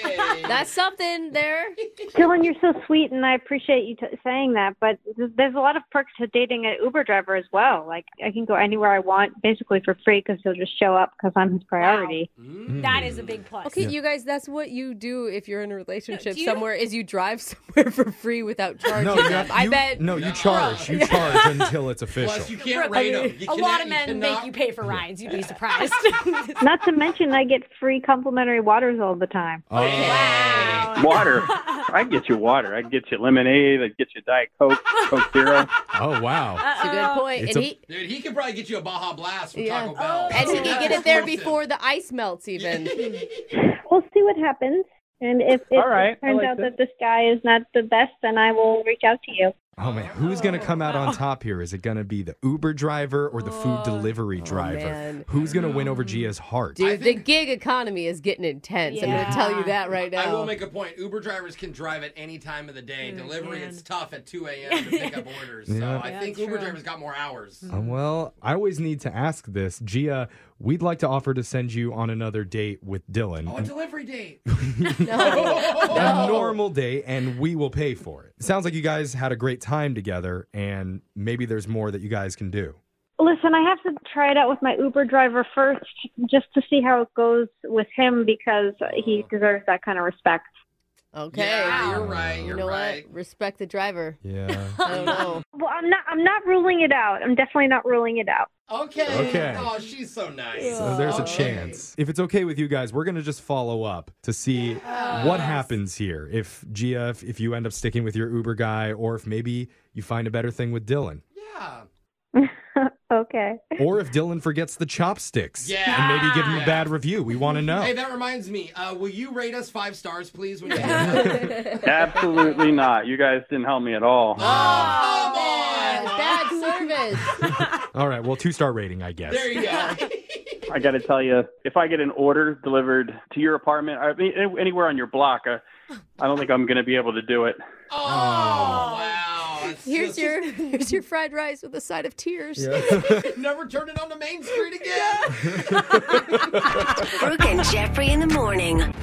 [SPEAKER 3] That's something there.
[SPEAKER 22] Dylan, you're so sweet, and I appreciate you t- saying that. But th- there's a lot of perks to dating an Uber driver as well. Like I can go anywhere I want, basically for free, because he'll just show up because I'm his priority.
[SPEAKER 1] Mm.
[SPEAKER 4] That is a big plus.
[SPEAKER 3] Okay, you guys, that's what you do if you're in a relationship somewhere is you drive somewhere for free without charging
[SPEAKER 1] No, you
[SPEAKER 3] them.
[SPEAKER 1] have-
[SPEAKER 3] I
[SPEAKER 1] you-
[SPEAKER 3] bet
[SPEAKER 1] No, you charge. You charge until it's official.
[SPEAKER 4] Plus,
[SPEAKER 5] you
[SPEAKER 4] Brooke, a lot of men make you pay for rides. You'd be surprised.
[SPEAKER 22] Not to mention, I get free complimentary waters all the time.
[SPEAKER 21] Water. I can get you water. I can get you lemonade. I can get you Diet Coke, Coke Zero.
[SPEAKER 1] Oh, wow.
[SPEAKER 3] That's a good point.
[SPEAKER 21] It's
[SPEAKER 3] and
[SPEAKER 21] a-
[SPEAKER 3] he,
[SPEAKER 5] Dude, he could probably get you a Baja Blast from
[SPEAKER 3] yeah.
[SPEAKER 5] Taco Bell. Oh,
[SPEAKER 3] and he can get it there before the ice melts, even.
[SPEAKER 22] We'll see what happens, and if if
[SPEAKER 1] All right,
[SPEAKER 22] it
[SPEAKER 1] I
[SPEAKER 22] turns
[SPEAKER 1] like
[SPEAKER 22] out
[SPEAKER 1] that.
[SPEAKER 22] that this guy is not the best, then I will reach out to you.
[SPEAKER 1] Oh man, who's gonna come out on top here? Is it gonna be the Uber driver or the food delivery driver?
[SPEAKER 3] Oh. man. Mm.
[SPEAKER 1] who's gonna win over Gia's heart?
[SPEAKER 3] Dude, the gig economy is getting intense. I'm going to tell you that right now.
[SPEAKER 5] I will make a point. Uber drivers can drive at any time of the
[SPEAKER 4] Oh,
[SPEAKER 5] day. Delivery, it's tough at 2 a.m. to pick up orders. So
[SPEAKER 1] Yeah.
[SPEAKER 5] I
[SPEAKER 1] Yeah,
[SPEAKER 5] think Uber drivers got more hours.
[SPEAKER 1] Uh, well, I always need to ask this, Gia. We'd like to offer to send you on another date with Dylan,
[SPEAKER 5] Oh, a delivery date.
[SPEAKER 1] a, normal date, and we will pay for it. Sounds like you guys had a great time together, and maybe there's more that you guys can do.
[SPEAKER 22] Listen, I have to try it out with my Uber driver first, just to see how it goes with him because he deserves that kind of respect.
[SPEAKER 3] Okay.
[SPEAKER 5] you're right.
[SPEAKER 3] you know what? Respect the driver.
[SPEAKER 1] Yeah.
[SPEAKER 3] I don't know.
[SPEAKER 22] Well, I'm not. I'm not ruling it out. I'm definitely not ruling it out.
[SPEAKER 5] Okay.
[SPEAKER 1] Okay.
[SPEAKER 5] Oh, she's so nice.
[SPEAKER 1] So there's a
[SPEAKER 5] Okay.
[SPEAKER 1] chance. If it's okay with you guys, we're gonna just follow up to see what happens here. If Gia, if, if you end up sticking with your Uber guy, or if maybe you find a better thing with Dylan,
[SPEAKER 3] Oh.
[SPEAKER 22] Okay.
[SPEAKER 1] or if Dylan forgets the chopsticks
[SPEAKER 5] Yeah.
[SPEAKER 1] and maybe give him a bad review. We want to know.
[SPEAKER 5] Hey, that reminds me. Uh, will you rate us five stars, please? When you
[SPEAKER 21] Absolutely not. You guys didn't help me at all.
[SPEAKER 3] Bad service.
[SPEAKER 1] All right, well, two star rating, I guess.
[SPEAKER 5] There you go.
[SPEAKER 21] I got to tell you, if I get an order delivered to your apartment, I mean, any- anywhere on your block, I, I don't think I'm going to be able to do it.
[SPEAKER 5] Oh,
[SPEAKER 3] Here's your here's your fried rice with a side of tears.
[SPEAKER 5] Never turn it on to Main Street again.
[SPEAKER 8] Brooke and Jeffrey in the morning.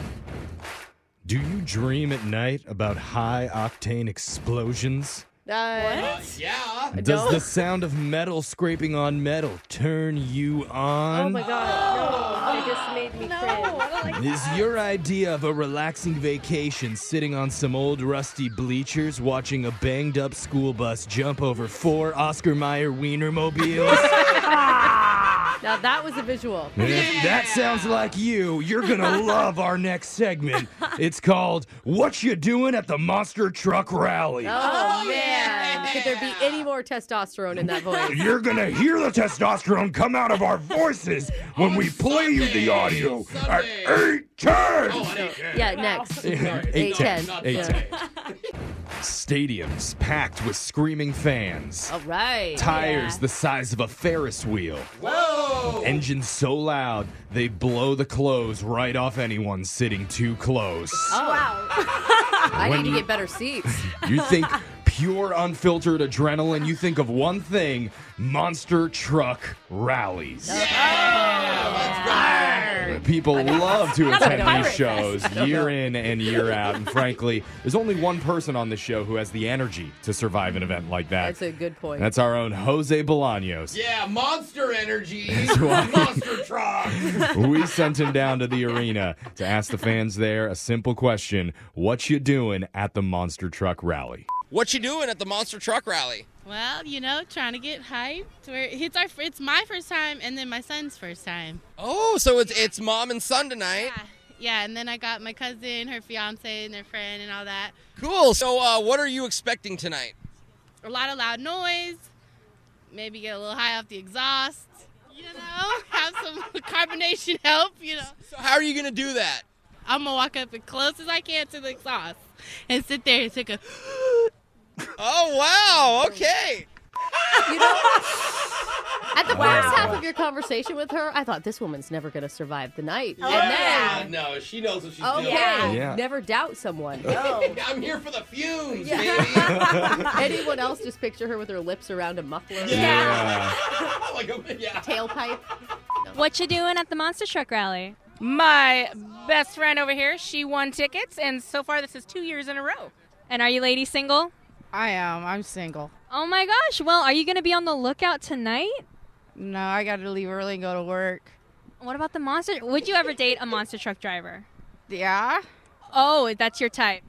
[SPEAKER 1] Do you dream at night about high octane explosions?
[SPEAKER 3] Nice.
[SPEAKER 5] yeah.
[SPEAKER 1] Does the sound of metal scraping on metal turn you on?
[SPEAKER 3] Oh my god. No. It just made me cringe.
[SPEAKER 1] Is your idea of a relaxing vacation sitting on some old rusty bleachers watching a banged up school bus jump over four Oscar Mayer Wienermobiles?
[SPEAKER 5] Oh.
[SPEAKER 3] Now that was a visual.
[SPEAKER 1] And If that sounds like you, you're going to love our next segment. It's called What You Doing at the Monster Truck Rally.
[SPEAKER 3] Oh, man. Could there be any more testosterone in that voice?
[SPEAKER 1] You're going to hear the testosterone come out of our voices when we play you the audio at
[SPEAKER 5] Oh,
[SPEAKER 1] 810.
[SPEAKER 3] Oh, Yeah, next.
[SPEAKER 1] Yeah,
[SPEAKER 3] Eight ten.
[SPEAKER 1] 810. 810. Stadiums packed with screaming fans.
[SPEAKER 3] All right.
[SPEAKER 1] Tires the size of a Ferris wheel.
[SPEAKER 5] Whoa!
[SPEAKER 1] Engines so loud they blow the clothes right off anyone sitting too close.
[SPEAKER 3] Oh. Wow. I
[SPEAKER 1] When
[SPEAKER 3] need to
[SPEAKER 1] you-
[SPEAKER 3] get better seats.
[SPEAKER 1] You think pure unfiltered adrenaline, you think of one thing monster truck rallies. People love to
[SPEAKER 5] That's a
[SPEAKER 1] attend these
[SPEAKER 5] pirate
[SPEAKER 1] shows
[SPEAKER 5] fest.
[SPEAKER 1] year in and year out. And frankly, there's only one person on this show who has the energy to survive an event like that.
[SPEAKER 3] That's a good point.
[SPEAKER 1] That's our own Jose Bolaños.
[SPEAKER 5] Yeah, monster energy.
[SPEAKER 1] why-
[SPEAKER 5] monster truck.
[SPEAKER 1] we sent him down to the arena to ask the fans there a simple question what you doing at the monster truck rally
[SPEAKER 5] What you doing at the monster truck rally?
[SPEAKER 23] Well, you know, trying to get hyped. Where it's our, it's my first time, and then my son's first time.
[SPEAKER 5] Oh, so it's it's mom and son tonight.
[SPEAKER 23] Yeah, and then I got my cousin, her fiance, and their friend, and all that.
[SPEAKER 5] Cool. So, uh, what are you expecting tonight?
[SPEAKER 23] A lot of loud noise. Maybe get a little high off the exhaust. You know, have some carbonation help. You know.
[SPEAKER 5] So how are you gonna do that?
[SPEAKER 23] I'm gonna walk up as close as I can to the exhaust and sit there and take a.
[SPEAKER 5] oh wow! Okay.
[SPEAKER 3] You know, at the first half of your conversation with her, I thought this woman's never going to survive the
[SPEAKER 5] Oh,
[SPEAKER 3] night.
[SPEAKER 8] Yeah,
[SPEAKER 3] And then,
[SPEAKER 8] no, she knows what she's
[SPEAKER 3] okay,
[SPEAKER 8] doing.
[SPEAKER 3] never doubt someone.
[SPEAKER 8] I'm here for the fumes,
[SPEAKER 3] Yeah.
[SPEAKER 8] baby.
[SPEAKER 3] Anyone else just picture her with her lips around a muffler? Tailpipe.
[SPEAKER 24] What you doing at the Monster Truck Rally?
[SPEAKER 23] My best friend over here, she won tickets, and so far this is two years in a row.
[SPEAKER 24] And are you ladies single?
[SPEAKER 23] I am. I'm single.
[SPEAKER 24] Oh my gosh. Well, are you going to be on the lookout tonight?
[SPEAKER 23] No, I got to leave early and go to work.
[SPEAKER 24] What about the monster? Would you ever date a monster truck driver?
[SPEAKER 23] Yeah.
[SPEAKER 24] Oh, that's your type.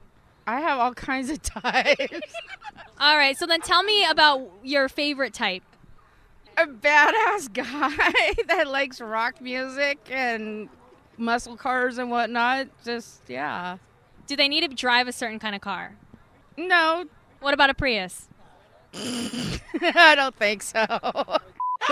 [SPEAKER 23] I have all kinds of types.
[SPEAKER 24] All right. So then tell me about your favorite type.
[SPEAKER 23] a badass guy that likes rock music and muscle cars and whatnot. Just yeah.
[SPEAKER 24] Do they need to drive a certain kind of car?
[SPEAKER 23] No,
[SPEAKER 24] What about a Prius?
[SPEAKER 23] I don't think so.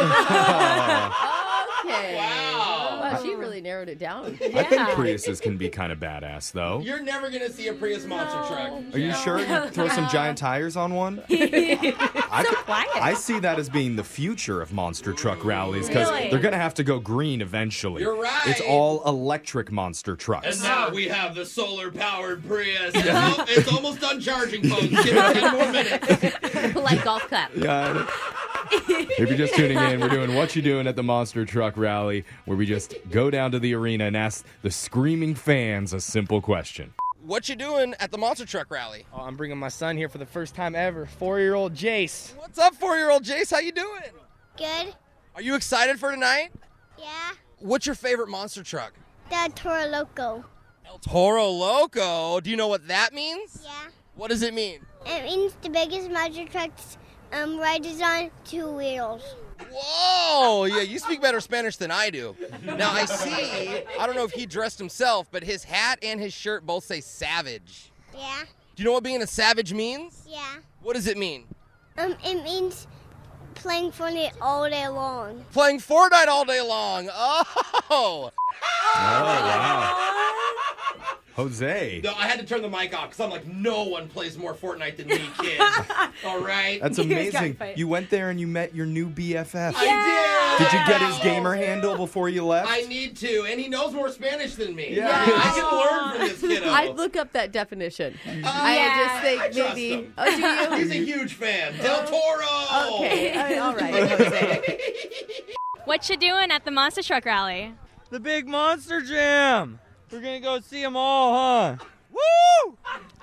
[SPEAKER 3] Okay. Wow. She really narrowed it down.
[SPEAKER 1] I think Priuses can be kind of badass, though.
[SPEAKER 8] You're never gonna see a Prius monster truck.
[SPEAKER 1] Are you sure? You throw some giant tires on one? I, could- I see that as being the future of monster truck rallies because
[SPEAKER 8] Really?
[SPEAKER 1] they're going to have to go green eventually.
[SPEAKER 8] You're right.
[SPEAKER 1] It's all electric monster
[SPEAKER 8] And
[SPEAKER 1] trucks.
[SPEAKER 8] now we have the solar powered Prius. It's, al- it's almost done charging, folks. Give it 10 more minutes.
[SPEAKER 3] like golf clap.
[SPEAKER 1] Yeah. If you're just tuning in, we're doing what you doing at the Monster Truck Rally, where we just go down to the arena and ask the screaming fans a simple question.
[SPEAKER 5] What you doing at the monster truck rally?
[SPEAKER 25] Oh, I'm bringing my son here for the first time ever. Four-year-old Jace.
[SPEAKER 5] What's up, four-year-old Jace? How you doing?
[SPEAKER 26] Good.
[SPEAKER 5] Are you excited for tonight?
[SPEAKER 26] Yeah.
[SPEAKER 5] What's your favorite monster truck?
[SPEAKER 26] The Toro Loco.
[SPEAKER 5] Toro Loco. Do you know what that means?
[SPEAKER 26] Yeah.
[SPEAKER 5] What does it mean?
[SPEAKER 26] It means the biggest monster trucks um, riders on two wheels.
[SPEAKER 5] Whoa! Oh, Yeah, you speak better Spanish than I do. Now I see. I don't know if he dressed himself, but his hat and his shirt both say savage.
[SPEAKER 26] Yeah.
[SPEAKER 5] Do you know what being a savage means?
[SPEAKER 26] Yeah.
[SPEAKER 5] What does it mean?
[SPEAKER 26] Um, it means playing Fortnite all day long.
[SPEAKER 5] Playing Fortnite all day long. Oh.
[SPEAKER 1] Oh, wow. Jose.
[SPEAKER 8] No, I had to turn the mic off because I'm like, no one plays more Fortnite than me, kid. All right.
[SPEAKER 1] That's amazing. You went there and you met your new BFF.
[SPEAKER 8] I
[SPEAKER 1] Did you get his gamer handle before you left?
[SPEAKER 8] I need to, and he knows more Spanish than me.
[SPEAKER 1] Yeah.
[SPEAKER 8] I can learn from this kiddo. Uh,
[SPEAKER 3] I'd look up that definition. I
[SPEAKER 8] Yeah. I
[SPEAKER 3] just think
[SPEAKER 8] trust
[SPEAKER 3] maybe.
[SPEAKER 8] him.
[SPEAKER 3] Oh, do you?
[SPEAKER 8] He's a huge fan. Del Toro.
[SPEAKER 26] Okay,
[SPEAKER 3] all right.
[SPEAKER 24] What you doing at the monster truck rally?
[SPEAKER 25] The big monster jam. We're gonna go see them all, huh? Woo!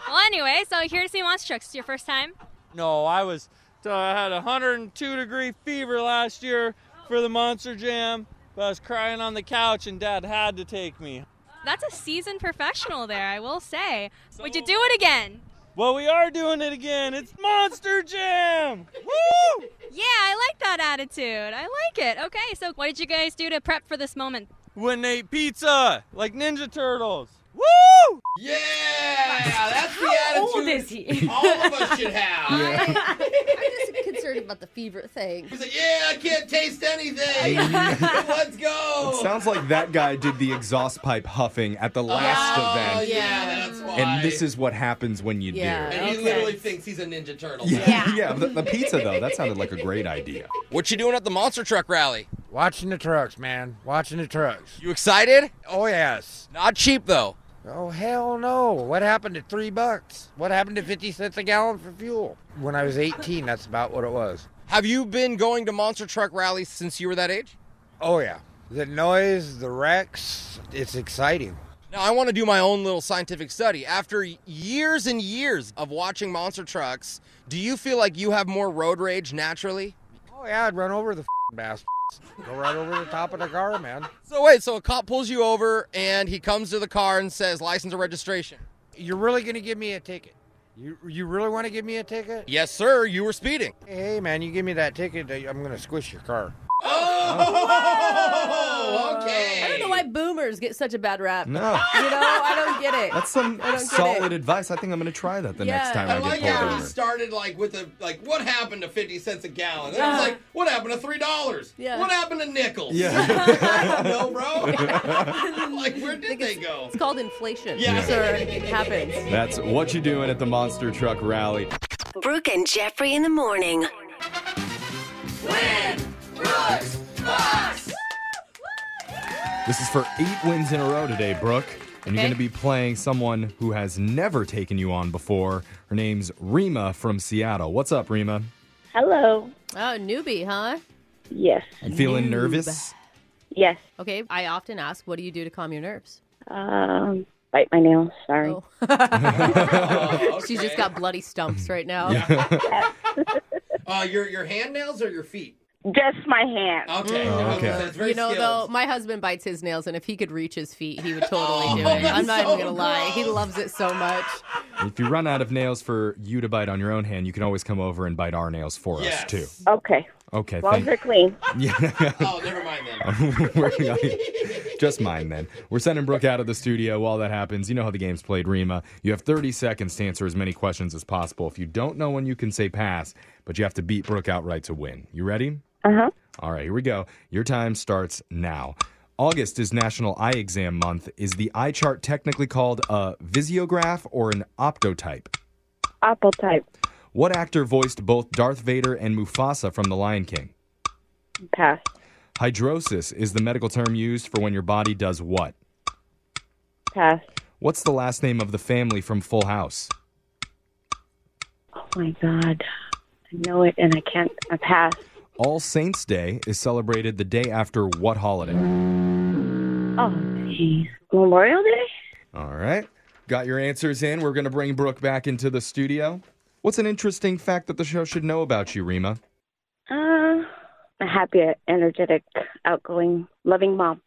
[SPEAKER 24] Well, anyway, so here to see monster trucks. It's your first time.
[SPEAKER 25] No, I was. uh, I had a 102 degree fever last year for the monster jam. But I was crying on the couch, and Dad had to take me.
[SPEAKER 24] That's a seasoned professional there, I will say. Would you do it again?
[SPEAKER 25] Well, we are doing it again. It's Monster Jam. Woo!
[SPEAKER 24] Yeah, I like that attitude. I like it. Okay, so what did you guys do to prep for this moment?
[SPEAKER 25] Wouldn't eat pizza like Ninja Turtles. Woo!
[SPEAKER 8] Yeah, that's the attitude.
[SPEAKER 25] old is he?
[SPEAKER 8] All of us should have.
[SPEAKER 3] I, I'm just concerned about the fever thing.
[SPEAKER 8] He's like, yeah, I can't taste anything.
[SPEAKER 1] Mm.
[SPEAKER 8] Let's go.
[SPEAKER 1] It sounds like that guy did the exhaust pipe huffing at the last
[SPEAKER 8] oh,
[SPEAKER 1] event.
[SPEAKER 8] yeah, that's why.
[SPEAKER 1] And this is what happens when you do.
[SPEAKER 8] And he literally thinks he's a Ninja Turtle.
[SPEAKER 1] Yeah, yeah. The, the pizza though, that sounded like a great idea.
[SPEAKER 5] What you doing at the monster truck rally?
[SPEAKER 12] Watching the trucks, man. Watching the trucks.
[SPEAKER 5] You excited?
[SPEAKER 12] Oh yes.
[SPEAKER 5] Not cheap though.
[SPEAKER 12] Oh hell no. What happened to three bucks? What happened to fifty cents a gallon for fuel? When I was eighteen, that's about what it was.
[SPEAKER 5] Have you been going to monster truck rallies since you were that age?
[SPEAKER 12] Oh yeah. The noise, the wrecks, it's exciting.
[SPEAKER 5] Now, I want to do my own little scientific study. After years and years of watching monster trucks, do you feel like you have more road rage naturally?
[SPEAKER 12] Oh yeah, I'd run over the f***ing bastards. Go right over the top of the car, man.
[SPEAKER 5] So, wait, so a cop pulls you over and he comes to the car and says, license or registration?
[SPEAKER 12] You're really gonna give me a ticket? You you really want to give me a ticket?
[SPEAKER 5] Yes, sir, you were speeding.
[SPEAKER 12] Hey man, you give me that ticket, I'm gonna uh, squish your car.
[SPEAKER 5] Oh,
[SPEAKER 3] I don't know why boomers get such a bad rap.
[SPEAKER 1] No.
[SPEAKER 3] You know, Oh, I don't get it.
[SPEAKER 1] That's some
[SPEAKER 3] I don't get
[SPEAKER 1] solid
[SPEAKER 3] it.
[SPEAKER 1] advice. I think I'm going to try that the next time
[SPEAKER 5] I
[SPEAKER 1] I,
[SPEAKER 5] like
[SPEAKER 1] get
[SPEAKER 5] how
[SPEAKER 1] pulled
[SPEAKER 5] he
[SPEAKER 1] over.
[SPEAKER 5] started like with a like what happened to fifty cents a gallon? Then it's
[SPEAKER 3] Yeah.
[SPEAKER 5] like what happened to three dollars?
[SPEAKER 3] Yeah.
[SPEAKER 5] What happened to nickels?
[SPEAKER 1] Yeah.
[SPEAKER 5] no, bro. like where did they go?
[SPEAKER 3] It's called inflation.
[SPEAKER 1] Yeah.
[SPEAKER 3] Sir, it happens.
[SPEAKER 1] That's what you doing at the monster truck rally.
[SPEAKER 8] Brooke and Jeffrey in the morning.
[SPEAKER 1] This is for eight wins in a row today, Brooke. And you're
[SPEAKER 3] Okay.
[SPEAKER 1] going to be playing someone who has never taken you on before. Her name's Rima from Seattle. What's up, Rima?
[SPEAKER 3] Hello. Oh, newbie, huh?
[SPEAKER 13] Yes.
[SPEAKER 1] You feeling nervous?
[SPEAKER 13] Yes.
[SPEAKER 3] Okay. I often ask, what do you do to calm your nerves?
[SPEAKER 13] Um, bite my nails. Sorry.
[SPEAKER 8] Oh,
[SPEAKER 3] She's just got bloody stumps right now.
[SPEAKER 5] Uh, your your hand nails or your feet?
[SPEAKER 13] Just my hand.
[SPEAKER 5] Okay.
[SPEAKER 1] Oh, okay.
[SPEAKER 5] That's very
[SPEAKER 3] you know,
[SPEAKER 5] skilled.
[SPEAKER 3] though, my husband bites his nails, and if he could reach his feet, he would totally do
[SPEAKER 1] Oh,
[SPEAKER 3] it. I'm
[SPEAKER 1] that's
[SPEAKER 3] not
[SPEAKER 1] so
[SPEAKER 3] even gonna lie; he loves it so much.
[SPEAKER 1] If you run out of nails for you to bite on your own hand, you can always come over and bite our nails for us, too.
[SPEAKER 13] Okay.
[SPEAKER 1] Okay,
[SPEAKER 13] Long
[SPEAKER 1] thank
[SPEAKER 13] they're clean.
[SPEAKER 1] Yeah.
[SPEAKER 5] Oh, never mind
[SPEAKER 1] then. Just mine then. We're sending Brooke out of the studio while that happens. You know how the game's played, Rima. You have 30 seconds to answer as many questions as possible. If you don't know one, you can say pass, but you have to beat Brooke outright to win. You ready?
[SPEAKER 13] Uh huh.
[SPEAKER 1] All right, here we go. Your time starts now. August is National Eye Exam Month. Is the eye chart technically called a visiograph or an optotype?
[SPEAKER 13] Apple type.
[SPEAKER 1] What actor voiced both Darth Vader and Mufasa from The Lion King?
[SPEAKER 13] Pass.
[SPEAKER 1] Hydrosis is the medical term used for when your body does what?
[SPEAKER 13] Pass.
[SPEAKER 1] What's the last name of the family from Full House?
[SPEAKER 13] Oh my God. I know it and I can't. I pass.
[SPEAKER 1] All Saints Day is celebrated the day after what holiday?
[SPEAKER 13] Oh, geez. Memorial Day?
[SPEAKER 1] All right. Got your answers in. We're going to bring Brooke back into the studio. What's an interesting fact that the show should know about you, Rima?
[SPEAKER 13] Uh, a happy, energetic, outgoing, loving mom.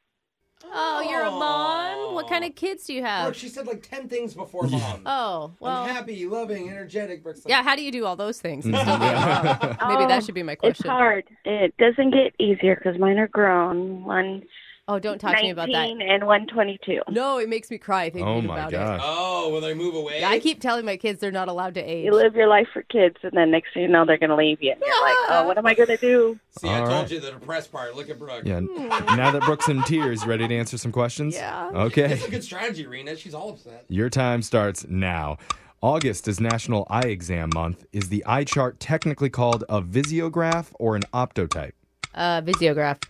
[SPEAKER 3] Oh, you're a mom. What kind of kids do you have?
[SPEAKER 5] Brooke, she said like ten things before mom.
[SPEAKER 3] Oh, well.
[SPEAKER 5] I'm happy, loving, energetic. Brooke's like,
[SPEAKER 3] Yeah, how do you do all those things? and
[SPEAKER 5] Mhm.
[SPEAKER 3] still be a mom? Maybe
[SPEAKER 13] Oh,
[SPEAKER 3] that should be my
[SPEAKER 13] It's
[SPEAKER 3] question.
[SPEAKER 13] hard. It doesn't get easier because mine are grown. One.
[SPEAKER 3] Oh, don't talk to me about that.
[SPEAKER 13] And one twenty-two.
[SPEAKER 3] No, it makes me cry thinking
[SPEAKER 1] Oh, my
[SPEAKER 3] about
[SPEAKER 1] gosh.
[SPEAKER 5] Oh, will they move away?
[SPEAKER 3] it. I keep telling my kids they're not allowed to age.
[SPEAKER 13] You live your life for kids, and then next thing you know, they're going to leave you. And you're like, oh, what am I going to do?
[SPEAKER 5] See, I
[SPEAKER 1] All
[SPEAKER 5] told
[SPEAKER 1] right.
[SPEAKER 5] you the depressed part. Look at Brooke.
[SPEAKER 1] Yeah.
[SPEAKER 3] Hmm.
[SPEAKER 1] now that Brooke's in tears, ready to answer some questions?
[SPEAKER 5] Yeah.
[SPEAKER 1] Okay.
[SPEAKER 5] It's a good strategy, Rena. She's all upset.
[SPEAKER 1] Your time starts now. August is National Eye Exam Month. Is the eye chart technically called a visiograph or an optotype?
[SPEAKER 3] Uh, Visiograph.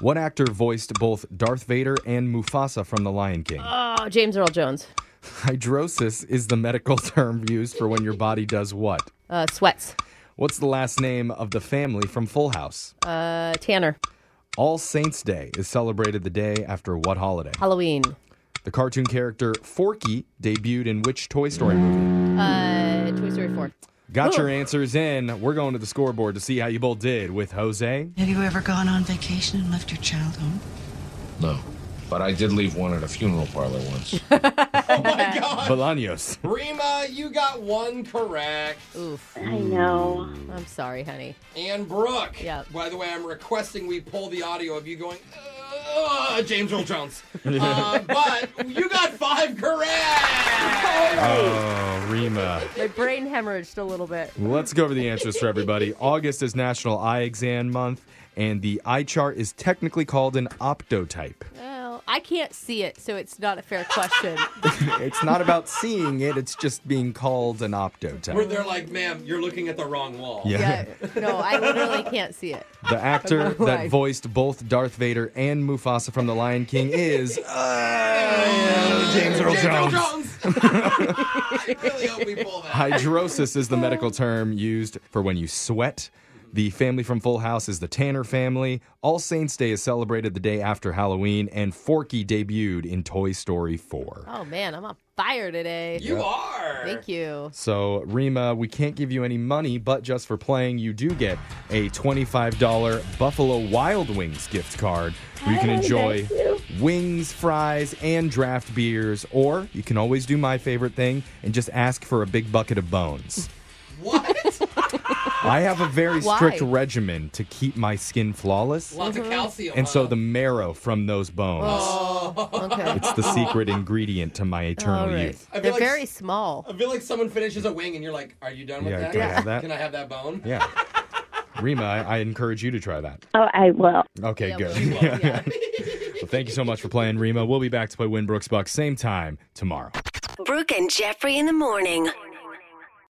[SPEAKER 1] What actor voiced both Darth Vader and Mufasa from The Lion King?
[SPEAKER 3] Oh, James Earl Jones.
[SPEAKER 1] Hydrosis is the medical term used for when your body does what?
[SPEAKER 3] Uh, sweats.
[SPEAKER 1] What's the last name of the family from Full House?
[SPEAKER 3] Uh, Tanner.
[SPEAKER 1] All Saints Day is celebrated the day after what holiday?
[SPEAKER 3] Halloween.
[SPEAKER 1] The cartoon character Forky debuted in which Toy Story movie?
[SPEAKER 3] Uh, Toy Story 4.
[SPEAKER 1] Got your
[SPEAKER 3] Ooh.
[SPEAKER 1] answers in. We're going to the scoreboard to see how you both did with Jose.
[SPEAKER 23] Have you ever gone on vacation and left your child home?
[SPEAKER 27] No, but I did leave one at a funeral parlor once.
[SPEAKER 1] Bolaños.
[SPEAKER 5] Rima, you got one correct.
[SPEAKER 3] Oof. Hmm.
[SPEAKER 13] I know.
[SPEAKER 3] I'm sorry, honey.
[SPEAKER 5] And Brooke.
[SPEAKER 3] Yeah.
[SPEAKER 5] By the way, I'm requesting we pull the audio of you going, "Ugh," James Earl Jones. uh, but you got five correct.
[SPEAKER 1] Oh, Rima.
[SPEAKER 3] My brain hemorrhaged a little bit.
[SPEAKER 1] Let's go over the answers for everybody. August is National Eye Exam Month, and the eye chart is technically called an optotype.
[SPEAKER 3] Well, I can't see it, so it's not a fair question.
[SPEAKER 1] it's not about seeing it, it's just being called an
[SPEAKER 5] Where
[SPEAKER 1] optotype.
[SPEAKER 5] they're like, ma'am, you're looking at the wrong wall.
[SPEAKER 1] Yeah.
[SPEAKER 3] No, I literally can't see it.
[SPEAKER 1] The actor
[SPEAKER 3] Why?
[SPEAKER 1] that voiced both Darth Vader and Mufasa from The Lion King is uh, James Earl Jones.
[SPEAKER 5] I really hope we pull that.
[SPEAKER 1] Hydrosis is the medical term used for when you sweat. The family from Full House is the Tanner family. All Saints Day is celebrated the day after Halloween, and Forky debuted in Toy Story 4.
[SPEAKER 3] Oh, man, I'm on fire today.
[SPEAKER 1] You Yeah.
[SPEAKER 5] are.
[SPEAKER 3] Thank you.
[SPEAKER 1] So, Rima, we can't give you any money, but just for playing, you do get a $25 Buffalo Wild Wings gift card where you can
[SPEAKER 16] Hey,
[SPEAKER 1] enjoy
[SPEAKER 16] thank you.
[SPEAKER 1] wings, fries, and draft beers. Or you can always do my favorite thing and just ask for a big bucket of bones. I have a very
[SPEAKER 5] Why?
[SPEAKER 1] strict regimen to keep my skin flawless.
[SPEAKER 5] Lots
[SPEAKER 3] Mm-hmm.
[SPEAKER 5] of calcium,
[SPEAKER 1] And so
[SPEAKER 5] huh? Oh.
[SPEAKER 1] the marrow from those bones.
[SPEAKER 3] Oh.
[SPEAKER 5] okay.
[SPEAKER 1] It's the secret ingredient to my eternal youth.
[SPEAKER 5] I feel
[SPEAKER 3] They're
[SPEAKER 5] like-
[SPEAKER 3] very small.
[SPEAKER 5] I feel like someone finishes a wing and you're like, are you done with
[SPEAKER 1] Yeah,
[SPEAKER 5] that?
[SPEAKER 1] can I have that?
[SPEAKER 5] Can I have that bone?
[SPEAKER 1] Yeah. Rima, I, I encourage you to try that.
[SPEAKER 13] Oh, I will.
[SPEAKER 1] Okay,
[SPEAKER 5] Yeah,
[SPEAKER 1] good.
[SPEAKER 5] we will,
[SPEAKER 1] Yeah, yeah. well, thank you so much for playing, Rima. We'll be back to play Win Brooks Bucks same time tomorrow.
[SPEAKER 8] Brooke and Jeffrey in the morning.